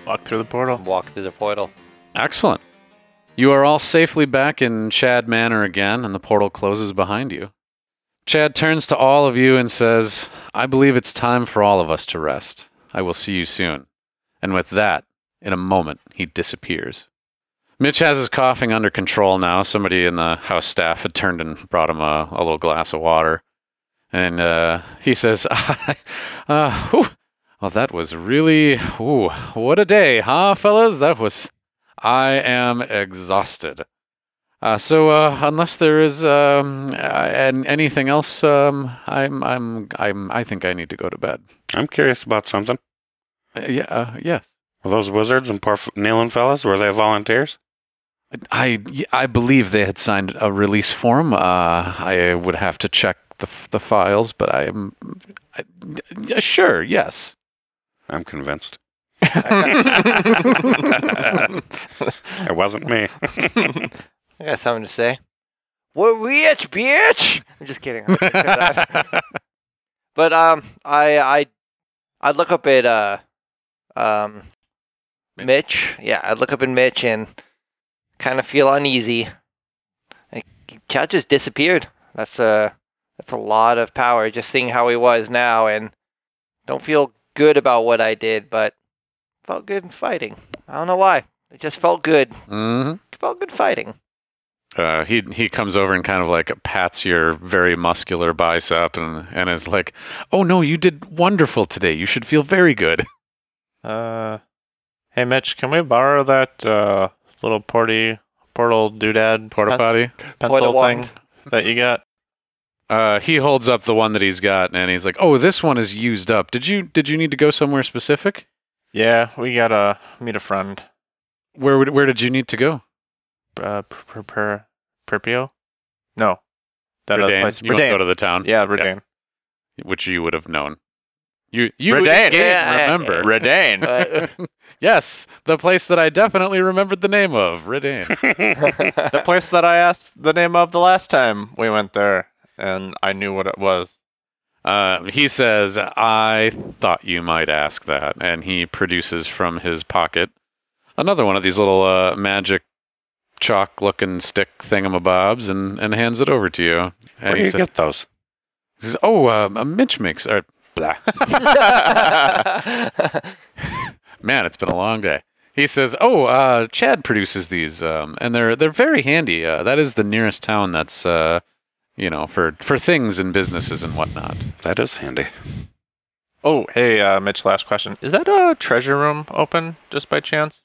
S4: Walk through the portal.
S3: Walk through the portal.
S1: Excellent. You are all safely back in Chad Manor again, and the portal closes behind you. Chad turns to all of you and says, I believe it's time for all of us to rest. I will see you soon. And with that, in a moment, he disappears. Mitch has his coughing under control now. Somebody in the house staff had turned and brought him a, a little glass of water. And uh, he says, uh, whew. Well, that was really. Ooh, what a day, huh, fellas? That was. I am exhausted. Uh, so uh, unless there is um, uh, an, anything else, um, I'm, I'm, I'm, I think I need to go to bed.
S2: I'm curious about something.
S1: Uh, yeah. Uh, yes.
S2: Were those wizards and Parf- Nailing fellas, were they volunteers?
S1: I, I believe they had signed a release form. Uh, I would have to check the, the files, but I'm I, yeah, sure. Yes.
S2: I'm convinced.
S4: I
S2: It wasn't me.
S3: I got something to say. We're rich, bitch. I'm just kidding.
S1: Mm-hmm.
S3: but um, I I I look up at uh um Mitch. Yeah, I look up at Mitch and kind of feel uneasy. Like, Chad just disappeared. That's a that's a lot of power. Just seeing how he was now, and don't feel good about what I did, but felt good in fighting. I don't know why. It just felt good.
S1: hmm
S3: Felt good fighting.
S1: uh, he he comes over and kind of like pats your very muscular bicep and and is like, "Oh no, you did wonderful today. You should feel very good."
S4: Uh, hey Mitch, can we borrow that uh, little porty portal doodad
S1: Porta
S4: pen-
S1: potty.
S3: Porta
S4: pencil thing that you got?
S1: Uh, he holds up the one that he's got and he's like, "Oh, this one is used up. Did you did you need to go somewhere specific?
S4: Yeah, we gotta meet a friend.
S1: Where would, where did you need to go?"
S4: Uh, pr- pr- pr- Pripio? No, that other
S1: Verdane?
S4: place.
S1: You want to
S4: Verdane.
S1: go to the town,
S4: yeah, Redane.
S1: which you would have known. You you
S4: Verdane.
S1: didn't
S3: Yeah,
S1: remember.
S4: Redane.
S1: yes, the place that I definitely remembered the name of, Redane.
S4: the place that I asked the name of the last time we went there, and I knew what it was.
S1: Uh, he says, I thought you might ask that. And he produces from his pocket another one of these little uh, magic chalk looking stick thingamabobs and, and hands it over to you.
S2: Where
S1: And
S2: do
S1: he
S2: you
S1: sa-
S2: get those?
S1: he says, Oh, uh, a Mitch mix. Or, blah. Man, it's been a long day. He says, "Oh, uh, Chad produces these, um, and they're they're very handy. Uh, that is the nearest town that's, uh, you know, for for things and businesses and whatnot."
S2: That is handy.
S4: Oh, hey, uh, Mitch. Last question: Is that a treasure room open just by chance?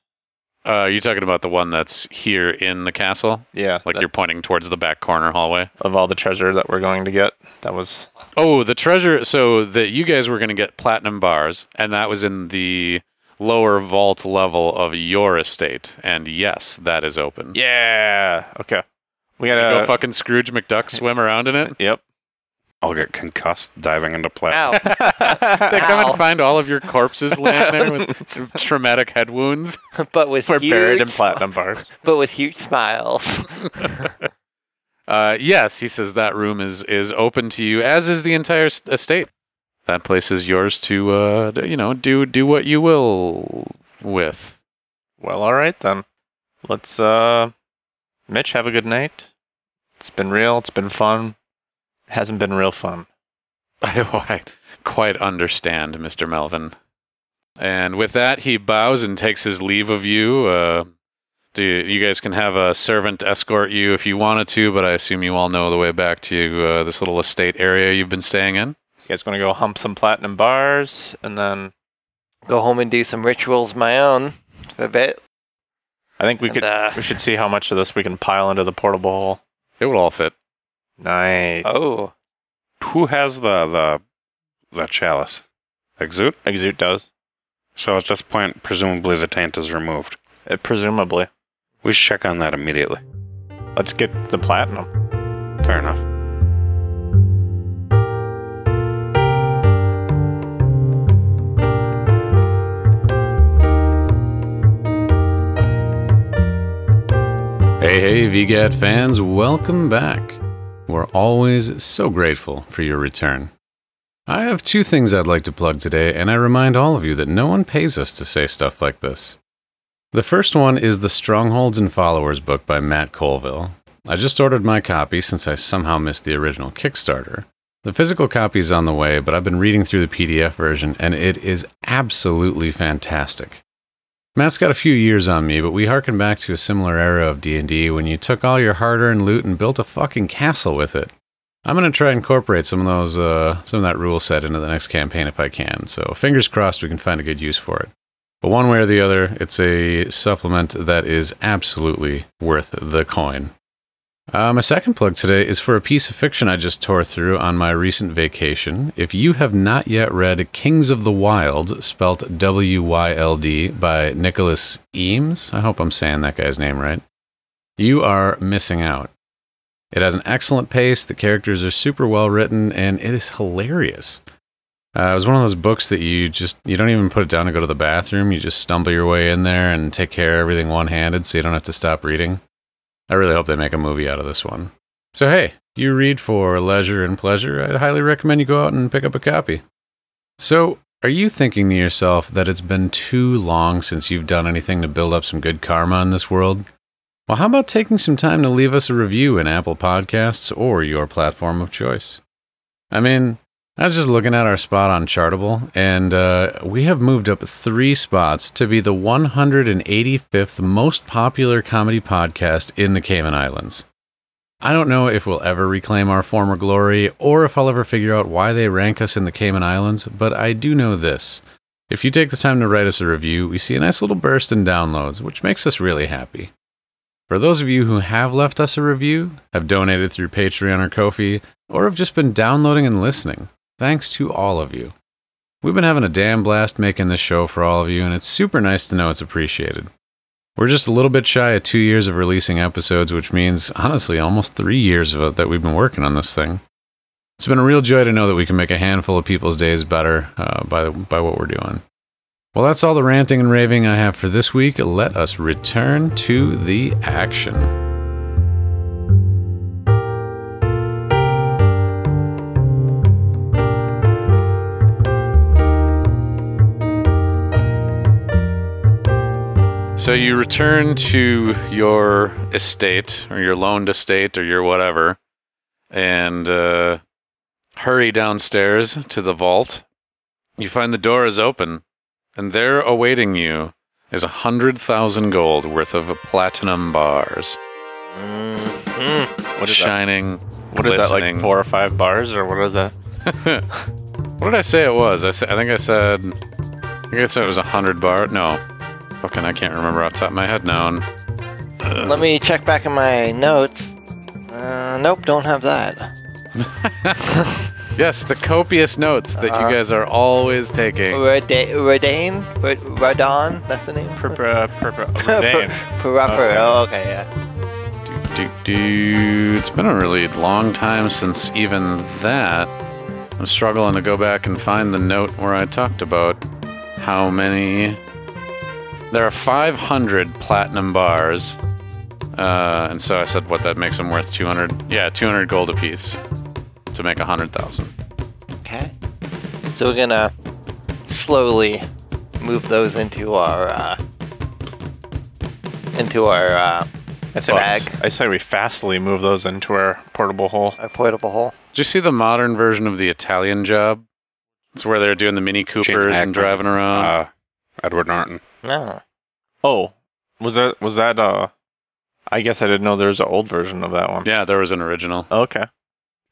S1: Uh, are you talking about the one that's here in the castle?
S4: Yeah,
S1: Like
S4: that-
S1: you're pointing towards the back corner hallway.
S4: of all the treasure that we're going to get. That was
S1: Oh, the treasure. So that you guys were going to get platinum bars, and that was in the lower vault level of your estate. And yes, that is open.
S4: yeah. Okay, we
S1: Go
S4: gotta.
S1: fucking Scrooge McDuck swim around in it.
S4: yep.
S2: I'll get concussed diving into plastic.
S3: Ow.
S1: They come
S3: Ow.
S1: and find all of your corpses laying there with traumatic head wounds.
S3: but with
S4: We're
S3: huge,
S4: buried in
S3: smi-
S4: platinum bars.
S3: but with huge smiles.
S1: Uh, yes, he says that room is is open to you, as is the entire s- estate. That place is yours to, uh, d- you know, do do what you will with.
S4: Well, all right then. Let's uh, Mitch, have a good night. It's been real. It's been fun. It hasn't been real fun.
S1: I, I quite understand, Mister Melvin. And with that, he bows and takes his leave of you. Uh, do you, you guys can have a servant escort you if you wanted to, but I assume you all know the way back to uh, this little estate area you've been staying in.
S4: You guys gonna go hump some platinum bars and then
S3: Go home and do some rituals of my own for a bit.
S4: I think we
S3: And,
S4: could
S3: uh,
S4: we should see how much of this we can pile into the portable hole.
S1: It would all fit.
S4: Nice.
S3: Oh,
S2: Who has the the the chalice? Exute.
S4: Exute does.
S2: So at this point, presumably the taint is removed.
S4: Uh, presumably.
S2: We should check on that immediately.
S4: Let's get the platinum.
S2: Fair enough.
S1: Hey, hey, VGAT fans, welcome back. We're always so grateful for your return. I have two things I'd like to plug today, and I remind all of you that no one pays us to say stuff like this. The first one is the Strongholds and Followers book by Matt Colville. I just ordered my copy since I somehow missed the original Kickstarter. The physical copy is on the way, but I've been reading through the PDF version, and it is absolutely fantastic. Matt's got a few years on me, but we harken back to a similar era of D&D when you took all your hard-earned loot and built a fucking castle with it. I'm going to try and incorporate some of those uh, some of that rule set into the next campaign if I can. So fingers crossed we can find a good use for it. But one way or the other, it's a supplement that is absolutely worth the coin. Uh, my second plug today is for a piece of fiction I just tore through on my recent vacation. If you have not yet read Kings of the Wild, spelt W Y L D, by Nicholas Eames, I hope I'm saying that guy's name right, you are missing out. It has an excellent pace, the characters are super well written, and it is hilarious. Uh, it was one of those books that you just you don't even put it down to go to the bathroom. You just stumble your way in there and take care of everything one-handed, so you don't have to stop reading. I really hope they make a movie out of this one. So hey, you read for leisure and pleasure. I'd highly recommend you go out and pick up a copy. So, are you thinking to yourself that it's been too long since you've done anything to build up some good karma in this world? Well, how about taking some time to leave us a review in Apple Podcasts or your platform of choice? I mean, I was just looking at our spot on Chartable, and uh, we have moved up three spots to be the 185th most popular comedy podcast in the Cayman Islands. I don't know if we'll ever reclaim our former glory or if I'll ever figure out why they rank us in the Cayman Islands, but I do know this. If you take the time to write us a review, we see a nice little burst in downloads, which makes us really happy. For those of you who have left us a review, have donated through Patreon or Ko-fi, or have just been downloading and listening, thanks to all of you. We've been having a damn blast making this show for all of you, and it's super nice to know it's appreciated. We're just a little bit shy of two years of releasing episodes, which means, honestly, almost three years of it that we've been working on this thing. It's been a real joy to know that we can make a handful of people's days better uh, by, by what we're doing. Well, that's all the ranting and raving I have for this week. Let us return to the action. So you return to your estate or your loaned estate or your whatever and uh, hurry downstairs to the vault. You find the door is open and there awaiting you is a hundred thousand gold worth of platinum bars.
S4: What is that?
S1: shining,
S4: Mm-hmm. What is that? Like
S1: glistening.
S4: four or five bars, or what is that?
S1: What did I say it was? I, sa- I think I said. I think I said it was a hundred bar. No, fucking, I can't remember off the top of my head now.
S3: Let me check back in my notes. Uh, nope, don't have that.
S1: Yes, the copious notes that
S3: Uh-huh.
S1: you guys are always taking.
S3: Rada- Radane? Rad- Radon? That's the name?
S4: Pur- pur- pur- pur- damn. Uh,
S3: Parappa. Oh, okay, yeah.
S1: Do, do. It's been a really long time since even that. I'm struggling to go back and find the note where I talked about how many. There are 500 platinum bars. Uh, and so I said, what, that makes them worth 200? Yeah, 200 gold apiece to make 100,000.
S3: Okay. So we're gonna slowly move those into our, uh, into our, uh,
S4: I say,
S3: Bag.
S4: I say we fastly move those into our portable hole.
S3: our portable hole.
S1: Did you see the modern version of the Italian job? It's where they're doing the Mini Coopers
S2: Hackman.
S1: and driving around.
S2: Uh, Edward Norton.
S3: No.
S4: Oh, was that was that uh? I guess I didn't know there was an old version of that one.
S1: yeah, there was an original.
S4: Okay.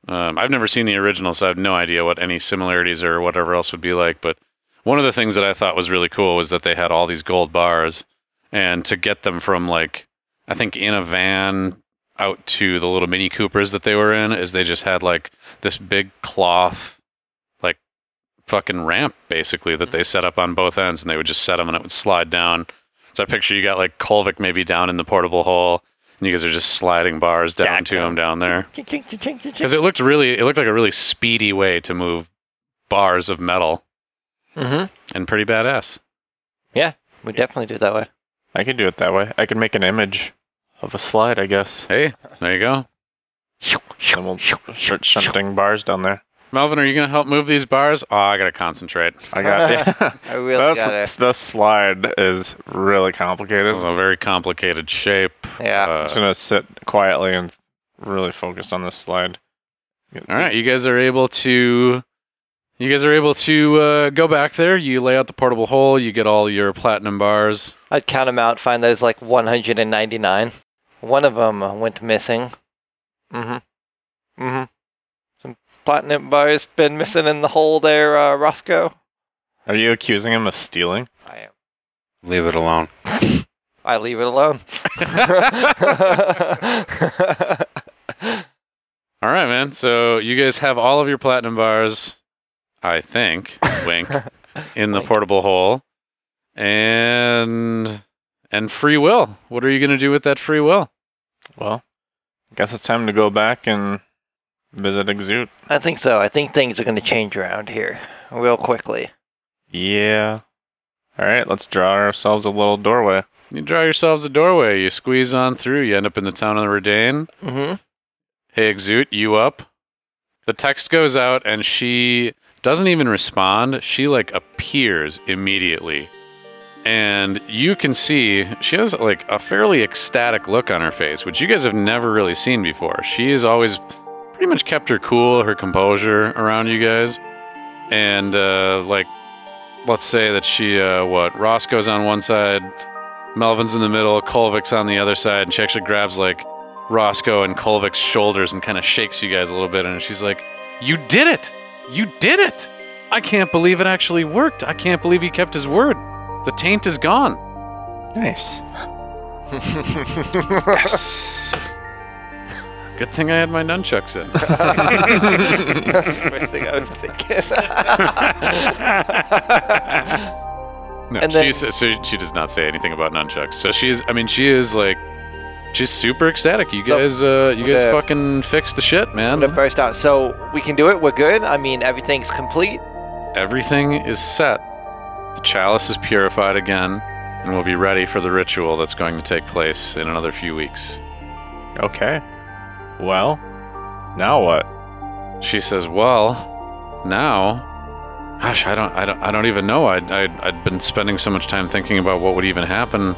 S1: Um, I've never seen the original, so I have no idea what any similarities or whatever else would be like. But one of the things that I thought was really cool was that they had all these gold bars, and to get them from like I think in a van out to the little Mini Coopers that they were in is they just had like this big cloth, like fucking ramp basically that they set up on both ends, and they would just set them and it would slide down. So I picture you got like Kolvik maybe down in the portable hole, and you guys are just sliding bars down to him down there.
S3: Oh. Chink, chink, chink, chink, chink, chink.
S1: Because it looked really, it looked like a really speedy way to move bars of metal,
S3: Mm-hmm.
S1: and pretty badass.
S3: Yeah, we definitely do it that way.
S4: I could do it that way. I could make an image of a slide, I guess.
S1: Hey, there you go,
S4: And we'll start shunting bars down there.
S1: Melvin. Are you gonna help move these bars? Oh, I gotta concentrate.
S4: I got yeah.
S3: I really got
S4: That's-
S3: it.
S4: the slide is really
S1: It
S4: complicated.
S1: was a very complicated shape.
S3: Yeah.
S4: I'm just
S1: Uh,
S4: gonna sit quietly and really focus on this slide.
S1: all right, you guys are able to, you guys are able to uh, go back there. You lay out the portable hole. You get all your platinum bars.
S3: I'd count them out, find those like 199. One of them went missing. Mm hmm. Mm hmm. Some platinum bars been missing in the hole there, uh, Roscoe.
S4: Are you accusing him of stealing?
S3: I am.
S2: Leave it alone.
S3: I leave it alone.
S1: All right, man. So you guys have all of your platinum bars, I think, wink, in the
S3: Wink.
S1: portable hole, and and free will. What are you gonna do with that free will?
S4: Well, I guess it's time to go back and visit Exute.
S3: I think so. I think things are going to change around here real quickly.
S4: Yeah. All right, let's draw ourselves a little doorway.
S1: You draw yourselves a doorway. You squeeze on through. You end up in the town of the Redain.
S3: Mm-hmm.
S1: Hey, Exute, you up? The text goes out, and she doesn't even respond. She like appears immediately. And you can see she has like a fairly ecstatic look on her face, which you guys have never really seen before. She has always pretty much kept her cool, her composure around you guys. And uh, like, let's say that she, uh, what, Roscoe's on one side, Melvin's in the middle, Kolvik's on the other side, and she actually grabs like Roscoe and Kolvik's shoulders and kind of shakes you guys a little bit. And she's like, You did it! You did it! I can't believe it actually worked. I can't believe he kept his word. The taint is gone.
S4: Nice.
S2: Yes.
S1: Good thing I had my nunchucks in.
S3: That's the first thing I was thinking.
S1: No,
S3: And then-
S1: she sa- so she does not say anything about nunchucks. So she's, I mean, she is like, she's super ecstatic. You
S3: No.
S1: guys, uh, you guys
S3: Okay.
S1: fucking fix the shit,
S3: I'm
S1: man.
S3: gonna burst out. So we can do it. We're good. I mean, everything's complete.
S1: Everything is set. The chalice is purified again, and we'll be ready for the ritual that's going to take place in another few weeks.
S4: Okay. Well, now what?
S1: She says, "Well, now, gosh, I don't, I don't, I don't even know. I, I, I'd been spending so much time thinking about what would even happen.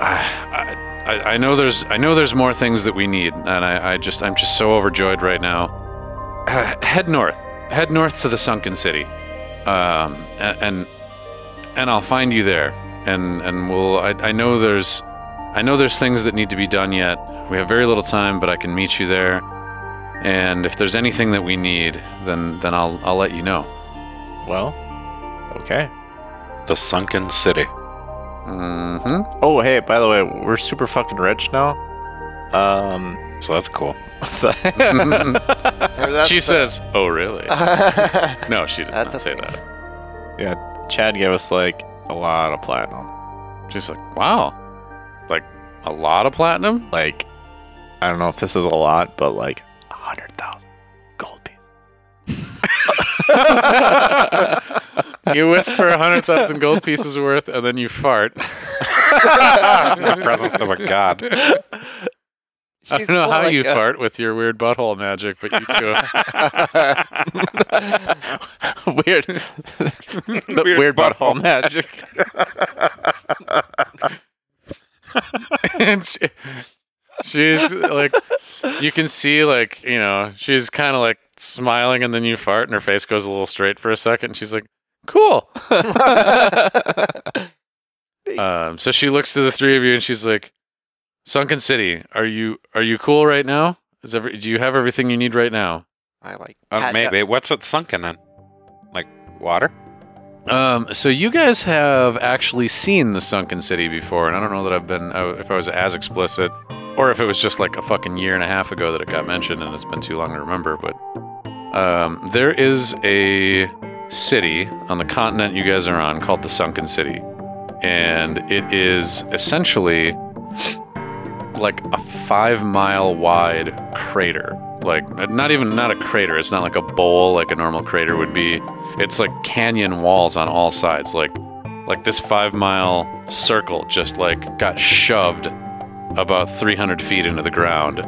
S1: I, I, I know there's, I know there's more things that we need, and I, I just, I'm just so overjoyed right now. Uh, head north, head north to the sunken city, um, a- and, and I'll find you there, and, and we'll, I, I know there's." I know there's things that need to be done yet. We have very little time, but I can meet you there. And if there's anything that we need, then then I'll I'll let you know.
S4: Well, okay.
S2: the sunken city.
S1: hmm
S4: Oh, hey, by the way, we're super fucking rich now. Um,
S2: So that's cool.
S4: so-
S1: She says, "Oh, really?"
S3: "That's
S1: No, she does
S3: That's
S1: not say
S3: okay.
S1: that.
S4: Chad gave us like a lot of platinum.
S1: She's like, "Wow, like a lot of platinum."
S4: Like, I don't know if this is a lot, but like a hundred thousand gold pieces.
S1: You whisper a hundred thousand gold pieces worth, and then you fart.
S2: In the presence of a god.
S1: I don't know how you fart with your weird butthole magic, but you do.
S4: weird, the weird, butthole magic.
S1: and she, she's like, you can see, like, you know, she's kind of like smiling, and then you fart, and her face goes a little straight for a second. And she's like, cool. um, so she looks to the three of you, and she's like, Sunken City, are you are you cool right now? Is every, do you have everything you need right now?
S3: I like.
S2: Uh,
S3: pat-
S2: maybe. What's it sunken in? Like water?
S1: Um, so you guys have actually seen the sunken city before, and I don't know that I've been uh, if I was as explicit, or if it was just like a fucking year and a half ago that it got mentioned, and it's been too long to remember. But um, there is a city on the continent you guys are on called the Sunken City, and it is essentially like a five mile wide crater. Like not even not a crater. It's not like a bowl like a normal crater would be it's like canyon walls on all sides like like this five mile circle just like got shoved about 300 feet into the ground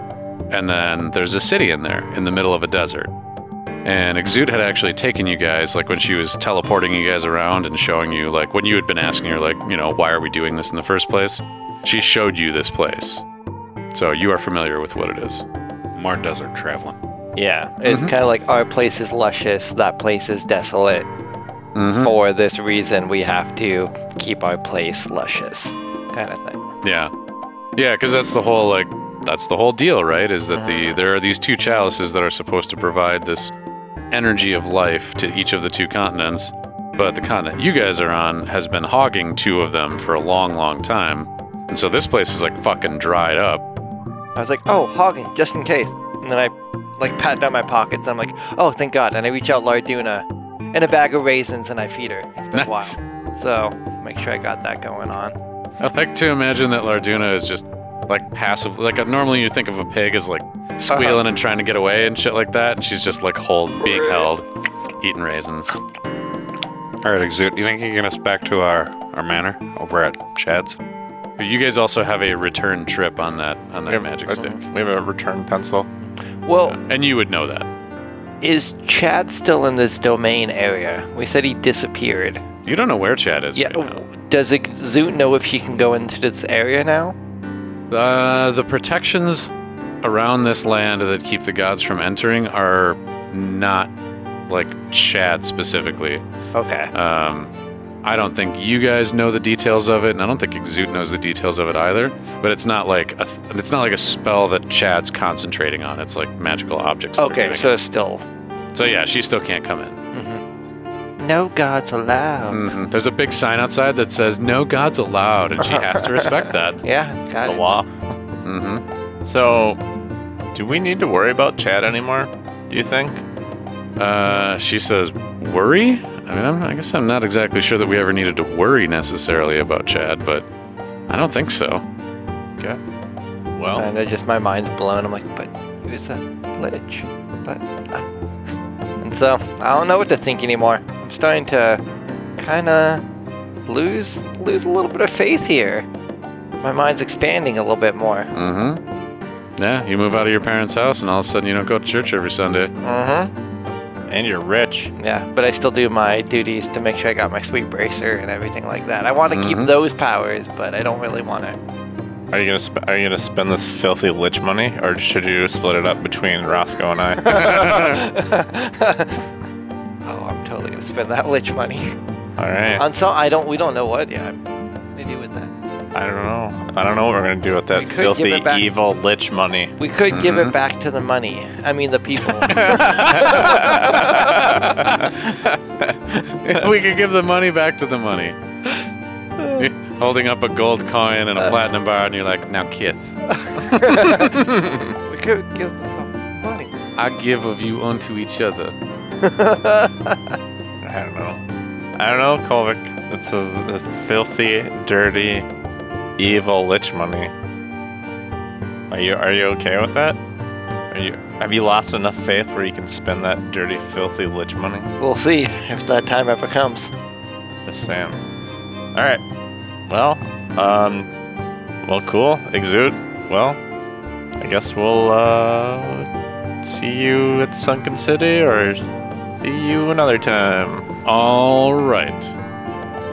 S1: and then there's a city in there in the middle of a desert and exude had actually taken you guys like when she was teleporting you guys around and showing you like when you had been asking her like you know why are we doing this in the first place she showed you this place so you are familiar with what it is
S2: More desert traveling.
S3: Yeah, it's
S1: Mhm.
S3: kind of like our place is luscious, that place is desolate.
S1: Mm-hmm.
S3: For this reason, we have to keep our place luscious, kind of thing.
S1: Yeah, yeah, because that's the whole like that's the whole deal, right? Is that the there are these two chalices that are supposed to provide this energy of life to each of the two continents, but the continent you guys are on has been hogging two of them for a long, long time, and so this place is like fucking dried up.
S3: I was like, oh, hogging, just in case. And then I like patting on my pockets. I'm like, oh, thank God. And I reach out Larduna and a bag of raisins and I feed her. It's been
S1: Nice.
S3: a while. So make sure I got that going on.
S1: I like to imagine that Larduna is just like passive. Like uh, normally you think of a pig as like squealing and trying to get away and shit like that, and she's just like hold, being held, eating raisins.
S2: All right, Exude, you think you can get us back to our, our manor over at Chad's?
S1: But you guys also have a return trip on that on that
S4: We have-
S1: magic
S4: I-
S1: stick,
S4: We have a return pencil.
S3: Well,
S1: and you would know that.
S3: is Chad still in this domain area? We said he disappeared.
S1: You don't know where Chad is.
S3: Yeah. oh.
S1: Right now.
S3: Does Zoot know if she can go into this area now?
S1: Uh, the protections around this land that keep the gods from entering are not like Chad specifically.
S3: Okay.
S1: Um, I don't think you guys know the details of it, and I don't think Exude knows the details of it either. But it's not like a th- it's not like a spell that Chad's concentrating on. It's like magical objects. that are
S3: Okay,
S1: doing
S3: so it's still.
S1: it. so yeah, she still can't come in.
S3: Mhm. No gods allowed.
S1: hmm There's a big sign outside that says "No gods allowed," and she has to respect that.
S3: Yeah, got
S4: The
S3: it.
S4: law.
S1: hmm
S4: So, do we need to worry about Chad anymore? Do you think?
S1: Uh, she says, "Worry." I mean, I'm, I guess I'm not exactly sure that we ever needed to worry necessarily about Chad, but I don't think so.
S4: Well,
S3: And I just my mind's blown. I'm like, but who's that lich? But uh. and so I don't know what to think anymore. I'm starting to kind of lose lose a little bit of faith here. My mind's expanding a little bit more.
S1: Mm-hmm. Yeah, you move out of your parents' house, and all of a sudden you don't go to church every Sunday.
S3: Mm-hmm.
S4: and you're rich.
S3: Yeah, but I still do my duties to make sure I got my sweet bracer and everything like that. I want to
S1: Mhm.
S3: keep those powers, but I don't really want to.
S4: Are you gonna sp- Are you gonna spend this filthy lich money, or should you split it up between Rothko and I?
S3: oh, I'm totally gonna spend that lich money.
S4: All right.
S3: On some, I don't. We don't know what yet. What do you do with that?
S4: I don't know. I don't know what we're gonna do with
S3: We
S4: that
S3: could give
S4: filthy
S3: it back.
S4: evil lich money.
S3: We could give
S1: Mhm.
S3: it back to the money. I mean, the people.
S1: we could give the money back to the money. You're holding up a gold coin and a platinum bar, and you're like, "Now kiss.
S3: we could give them money.
S1: I give of you unto each other."
S4: I don't know. I don't know, Kolvik. It says this filthy, dirty, evil lich money. Are you Are you okay with that? Are you Have you lost enough faith where you can spend that dirty, filthy lich money?
S3: we'll see if that time ever comes.
S4: Just saying. All right. Well, um, well, cool. Exude. Well, I guess we'll uh, see you at Sunken City, or see you another time.
S1: All right.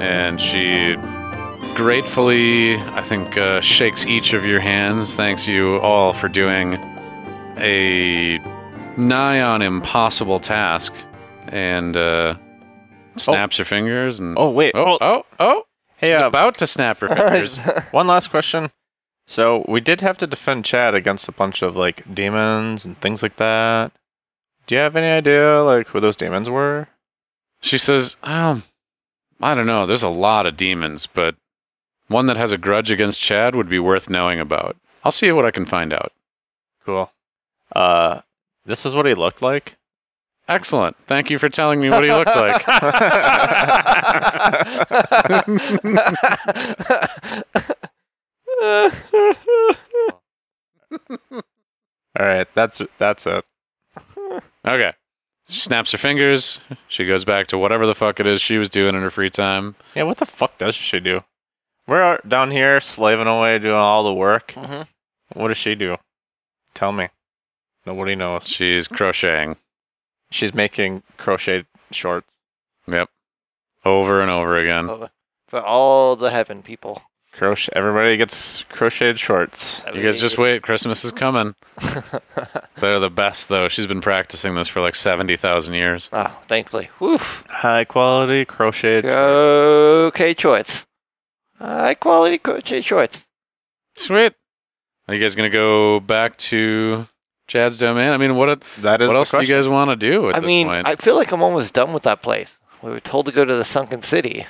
S1: And she gratefully, I think, uh, shakes each of your hands. Thanks you all for doing a nigh on impossible task. And uh, snaps your fingers and.
S4: Oh wait.
S1: oh, oh, oh!
S4: hey,
S1: She's
S4: uh,
S1: about to snap her fingers.
S4: one last question. So we did have to defend Chad against a bunch of like demons and things like that. Do you have any idea like who those demons were?
S1: she says, um, I don't know. There's a lot of demons, but one that has a grudge against Chad would be worth knowing about. I'll see what I can find out.
S4: Cool. Uh, this is what he looked like.
S1: Excellent. Thank you for telling me what he looked like.
S4: All right, that's that's it.
S1: Okay. She snaps her fingers. She goes back to whatever the fuck it is she was doing in her free time.
S4: Yeah, what the fuck does she do? We're out down here slaving away, doing all the work.
S3: Mhm.
S4: What does she do? Tell me. Nobody knows.
S1: She's crocheting
S4: She's making crochet shorts.
S1: over and over again.
S3: Oh, For all the heaven people.
S4: Crochet. Everybody gets crocheted shorts.
S3: Oh,
S1: You guys just wait. Christmas is coming. They're the best, though. She's been practicing this for like 70,000 years.
S3: oh, thankfully. Woof.
S4: High quality crocheted.
S3: Okay, shorts. High quality crochet shorts.
S1: Sweet. Are you guys going to go back to Chad's domain? I mean, what,
S4: That is.
S1: what
S4: the
S1: else do you
S4: question.
S1: guys want to do at
S3: I
S1: this
S3: mean,
S1: point?
S3: I feel like I'm almost done with that place. We were told to go to the sunken city.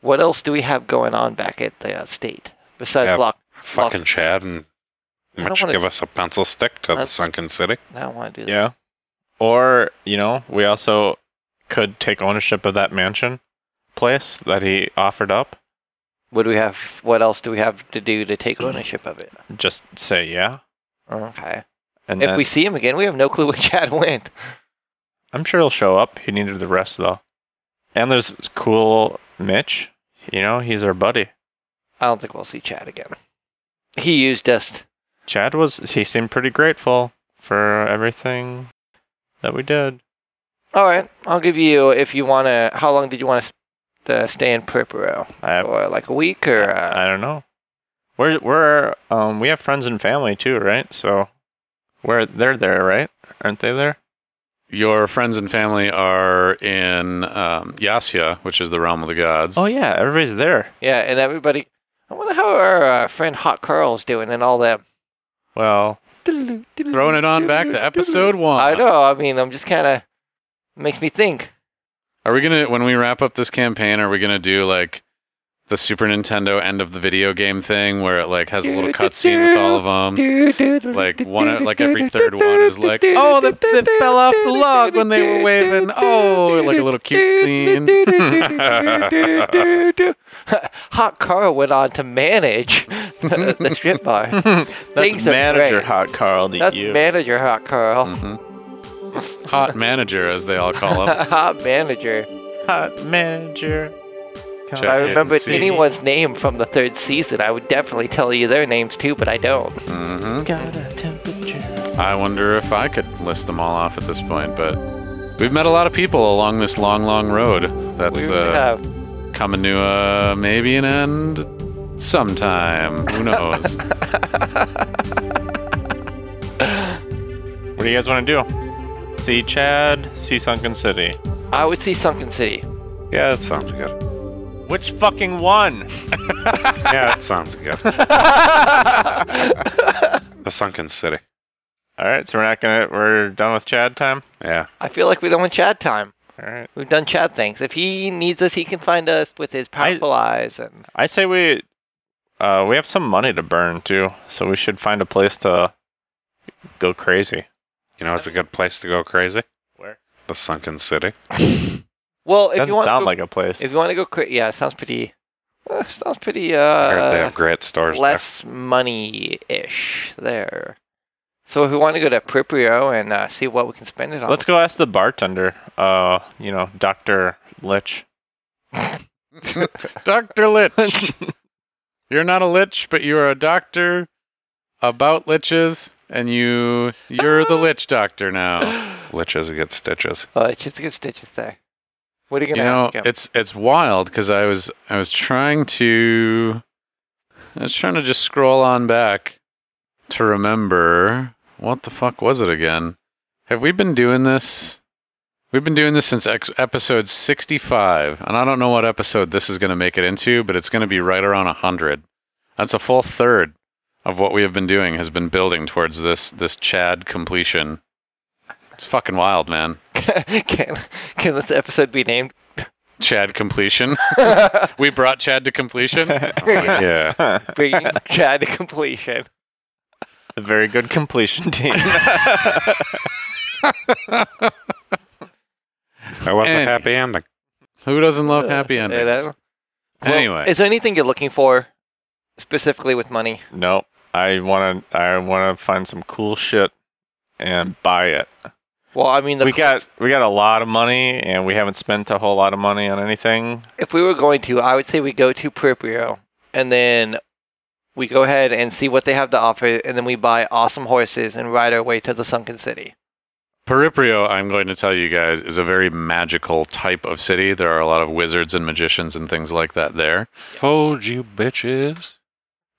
S3: What else do we have going on back at the uh, state besides
S1: Yeah,
S3: lock?
S1: Fucking Chad and
S3: don't
S2: Which
S3: wanna-
S2: give us a pencil stick to the
S3: That's-
S2: sunken city.
S3: I don't want to do that.
S4: Yeah. Or, you know, we also could take ownership of that mansion place that he offered up.
S3: What do we have? What else do we have to do to take ownership of it?
S4: Just say yeah.
S3: Okay.
S4: And
S3: If
S4: then-
S3: we see him again, we have no clue where Chad went.
S4: I'm sure he'll show up. He needed the rest though. And there's cool Mitch. You know, he's our buddy.
S3: I don't think we'll see Chad again. He used us.
S4: Chad was he seemed pretty grateful for everything that we did.
S3: All right, I'll give you if you want to. How long did you want to uh, stay in Pripero?
S4: I
S3: Or like a week or? Uh,
S4: I don't know. We're we're um we have friends and family too, right? So we're they're there, right? Aren't they there?
S1: Your friends and family are in um, Yasya, which is the realm of the gods.
S4: Oh yeah, everybody's there.
S3: yeah, and everybody. I wonder how our uh, friend Hot Carl's doing and all that.
S4: Well,
S1: Throwing it on back to episode
S4: Oh,
S1: one.
S3: I know. I mean, I'm just kind of makes me think.
S1: Are we gonna when we wrap up this campaign? Are we gonna do like the Super Nintendo end of the video game thing where it like has a little cutscene with all of them? Like one, like every third one is like, oh, they, they fell off the log when they were waving. Oh, like a little cute scene.
S3: Hot Carl went on to manage the, the strip bar.
S4: that's
S3: Things are
S4: manager
S3: great.
S4: hot Carl to
S3: That's
S4: you.
S3: manager Hot Carl.
S1: Mm-hmm. Hot manager, as they all call
S4: Mm.
S1: him.
S3: Hot manager.
S4: hot manager.
S1: Check
S3: If I
S1: it and
S3: remembered
S1: see.
S3: anyone's name from the third season, I would definitely tell you their names too, but I don't.
S1: Mhm.
S4: Got a temperature.
S1: I wonder if I could list them all off at this point, but we've met a lot of people along this long, long road. That's
S3: We
S1: uh,
S3: have
S1: coming to uh, maybe an end sometime. Who knows?
S4: What do you guys want to do? See Chad, see Sunken City.
S3: I would see Sunken City.
S2: Yeah, that sounds good.
S4: Which fucking one?
S2: Yeah, that sounds good. the sunken city.
S4: All right, so we're not gonna. We're done with Chad time.
S2: Yeah.
S3: I feel like we don't want Chad time.
S4: All right.
S3: We've done Chad things. If he needs us, he can find us with his powerful eyes. And
S4: I say we. Uh, we have some money to burn too, so we should find a place to go crazy.
S2: You know, it's a good place to go crazy.
S4: Where?
S2: The sunken city.
S3: well, if
S4: Doesn't
S3: you want,
S4: sound
S3: to go,
S4: like a place.
S3: if you want to go, cra- yeah, it sounds pretty. Uh, sounds pretty.
S2: Heard they
S3: Uh,
S2: have great stores
S3: less money ish there. So if we want to go to Priprio and uh, see what we can spend it on,
S4: Let's go ask the bartender. Uh, you know, Doctor Lich.
S1: Dr. Lich. You're not a lich, but you are a doctor about liches, and you you're the lich doctor now.
S2: there. Liches get stitches.
S3: Uh, it's just get stitches there. What are you
S1: You
S3: gonna
S1: know,
S3: ask him?
S1: it's it's wild because I was I was trying to I was trying to just scroll on back to remember what the fuck was it again? Have we been doing this? We've been doing this since ex- episode 65, and I don't know what episode this is going to make it into, but it's going to be right around 100. That's a full third of what we have been doing has been building towards this this Chad completion. It's fucking wild, man.
S3: can can this episode be named?
S1: Chad completion. we brought Chad to completion.
S2: Yeah.
S4: a
S3: Bringing Chad to completion.
S4: very good completion team.
S2: That was a
S1: And-
S2: happy ending.
S1: Who doesn't love happy
S3: Yeah, that-
S1: endings?
S3: Well,
S1: Anyway,
S3: is there anything you're looking for specifically with money?
S4: Nope. I wanna. I wanna find some cool shit and buy it.
S3: Well, I mean, the
S4: we got we got a lot of money and we haven't spent a whole lot of money on anything.
S3: if we were going to, I would say we go to Pripio and then we go ahead and see what they have to offer, and then we buy awesome horses and ride our way to the sunken city.
S1: Periprio, I'm going to tell you guys, is a very magical type of city. There are a lot of wizards and magicians and things like that there.
S2: Told you, bitches.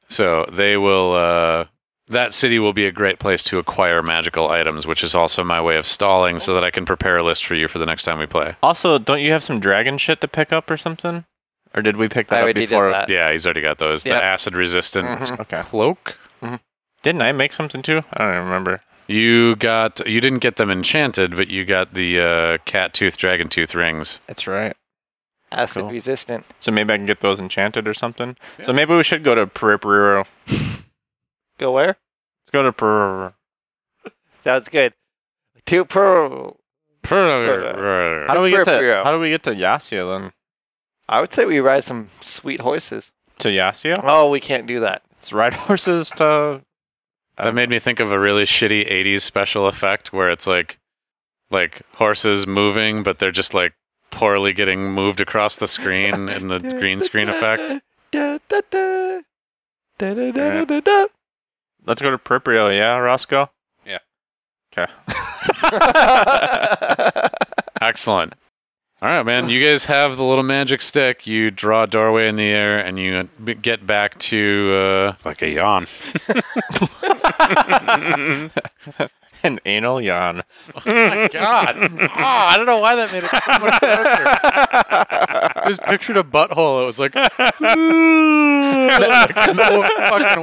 S1: So they will. Uh, that city will be a great place to acquire magical items, which is also my way of stalling so that I can prepare a list for you for the next time we play.
S4: Also, don't you have some dragon shit to pick up or something? Or did we pick that
S3: I
S4: up
S3: already did
S4: before?
S3: that.
S1: Uh, Yeah, he's already got those.
S3: Yeah.
S1: The acid resistant
S3: Mhm.
S4: Okay.
S1: cloak.
S4: Didn't I make something too? I don't even remember.
S1: You got. You didn't get them enchanted, but you got the uh, cat tooth, dragon tooth rings.
S4: That's right.
S3: Acid
S4: Cool.
S3: resistant.
S4: So maybe I can get those enchanted or something.
S1: Yeah.
S4: So maybe we should go to Peripero.
S3: Go where?
S2: Let's go to per.
S3: Sounds good. Two per.
S4: How
S1: Perl-
S4: do we get to
S3: Appropriate.
S4: How do we get to Yasio then?
S3: I would say we ride some sweet horses.
S4: To Yasio?
S3: Oh, we can't do that.
S4: Let's ride horses to.
S1: That made me think of a really shitty 80s special effect where it's like like horses moving but they're just like poorly getting moved across the screen in the green screen effect.
S3: Da, da, da. Da, da, da, da, da, da.
S4: Let's go to Priprio. Yeah, Roscoe.
S2: Yeah.
S4: Okay.
S1: Excellent. All right, man. You guys have the little magic stick. You draw a doorway in the air and you b- get back to uh,
S2: It's like a yawn.
S4: An anal yawn.
S1: uh God. Ah, I don't know why that made it so much darker. Just pictured a butthole. It was like,
S4: Imagine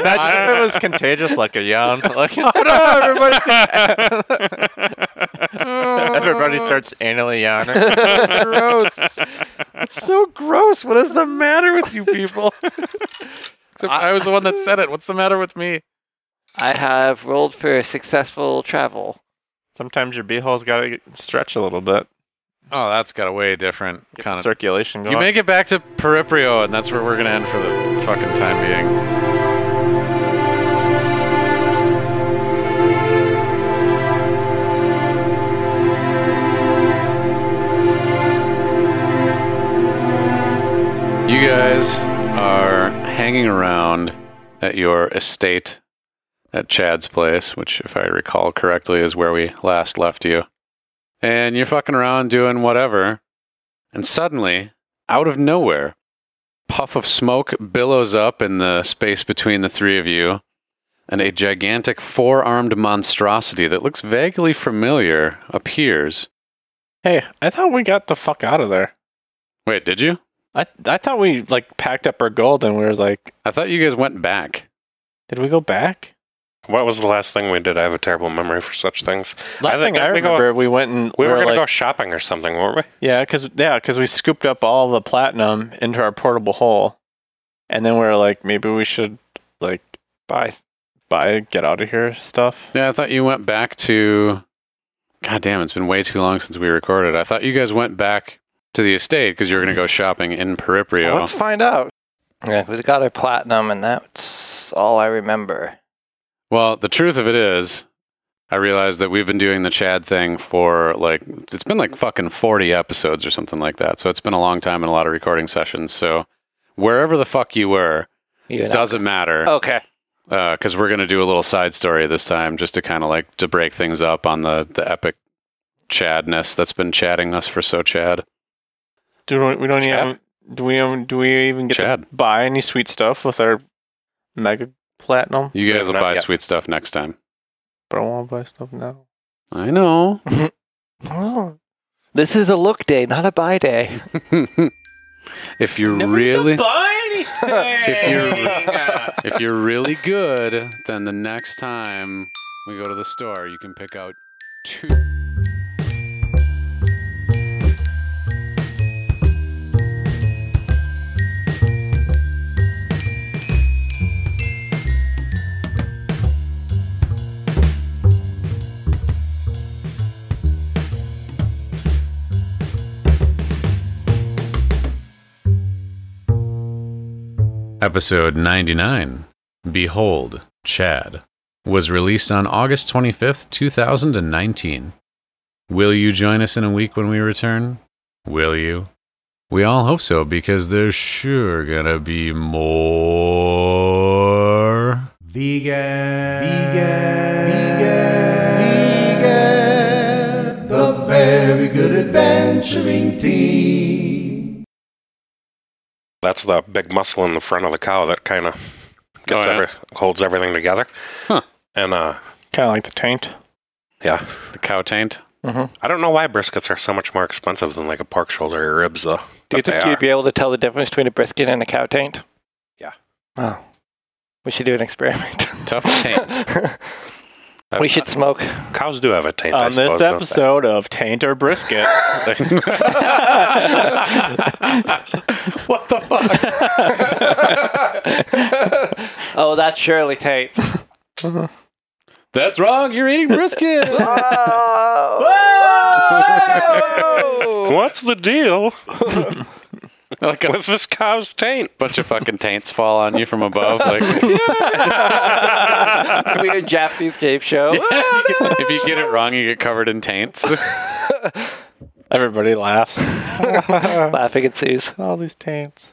S4: if it was contagious like a yawn. Like, oh no, everybody, everybody starts anally yawning.
S1: gross. It's so gross. What is the matter with you people? Except I was the one that said it. What's the matter with me?
S3: I have rolled for successful travel.
S4: Sometimes your beehole's got to stretch a little bit.
S1: Oh, that's got a way different
S4: Get
S1: kind
S4: the
S1: of
S4: circulation going.
S1: You make it back to Periprio, and that's where we're gonna end for the fucking time being. You guys are hanging around at your estate at Chad's place, which, if I recall correctly, is where we last left you. And you're fucking around doing whatever. And suddenly, out of nowhere, puff of smoke billows up in the space between the three of you, and a gigantic four-armed monstrosity that looks vaguely familiar appears.
S4: hey, I thought we got the fuck out of there.
S1: Wait, did you?
S4: I I thought we like packed up our gold and we were like,
S1: I thought you guys went back.
S4: did we go back?
S5: What was the last thing we did? I have a terrible memory for such things.
S4: Last
S5: I think-
S4: thing I
S5: didn't we go-
S4: remember, we went and
S5: We were,
S4: like,
S5: gonna go shopping or something, weren't we?
S4: Yeah, because yeah, 'cause we scooped up all the platinum into our portable hole, and then we are like, maybe we should like buy buy get out of here stuff.
S1: Yeah, I thought you went back to. God damn, it's been way too long since we recorded. I thought you guys went back to the estate because you were going to go shopping in Periprio.
S3: Let's find out. Yeah, we got our platinum, and that's all I remember.
S1: Well, the truth of it is, I realize that we've been doing the Chad thing for like, it's been like fucking 40 episodes or something like that. So it's been a long time and a lot of recording sessions. So wherever the fuck you were,
S3: You know.
S1: doesn't matter.
S3: Okay.
S5: Oh.
S1: Because we're going to do a little side story this time just to kind of like to break things up on the, the epic Chadness that's been chatting us for so Chad.
S4: Do we, we don't
S1: Chad?
S4: even do we even do we even get
S1: Chad.
S4: to buy any sweet stuff with our mega platinum?
S1: You guys
S5: Yeah,
S1: will
S5: not
S1: buy
S5: yet.
S1: sweet stuff next time.
S4: But I want to buy stuff now.
S1: I know.
S3: Oh. This is a look day, not a buy day.
S1: if you really.
S4: buy
S1: If
S4: anything.
S1: you're, if you're really good, then the next time we go to the store, you can pick out two. Episode 99 Behold, Chad was released on August 25th, 2019. Will you join us in a week when we return? Will you? We all hope so because there's sure gonna be more.
S6: Vegan. Vegan. Vegan. Vegan. The very good adventuring team.
S5: That's the big muscle in the front of the cow that kind of gets
S1: Oh, yeah?
S5: every, holds everything together.
S1: Huh.
S5: And uh,
S4: Kind of like the taint.
S5: yeah,
S1: The cow taint?
S5: I don't know why briskets are so much more expensive than like a pork shoulder or ribs though.
S3: Do you
S5: But they
S3: think
S5: are.
S3: you'd be able to tell the difference between a brisket and a cow taint?
S5: Yeah.
S3: Oh. We should do an experiment.
S1: Tough taint.
S3: we should smoke.
S5: Cows do have a taint. I
S4: On
S5: suppose,
S4: this
S5: don't they?
S4: episode of Taint or Brisket.
S1: what the fuck?
S3: oh, that's Shirley Tate.
S1: That's wrong. You're eating brisket.
S3: Oh.
S2: What's the deal?
S1: like a
S2: What's this cow's taint?
S1: bunch of fucking taints fall on you from above. Like
S3: Weird Japanese game show.
S1: if you get it wrong, you get covered in taints.
S4: Everybody laughs.
S3: Laughing ensues.
S4: All these taints.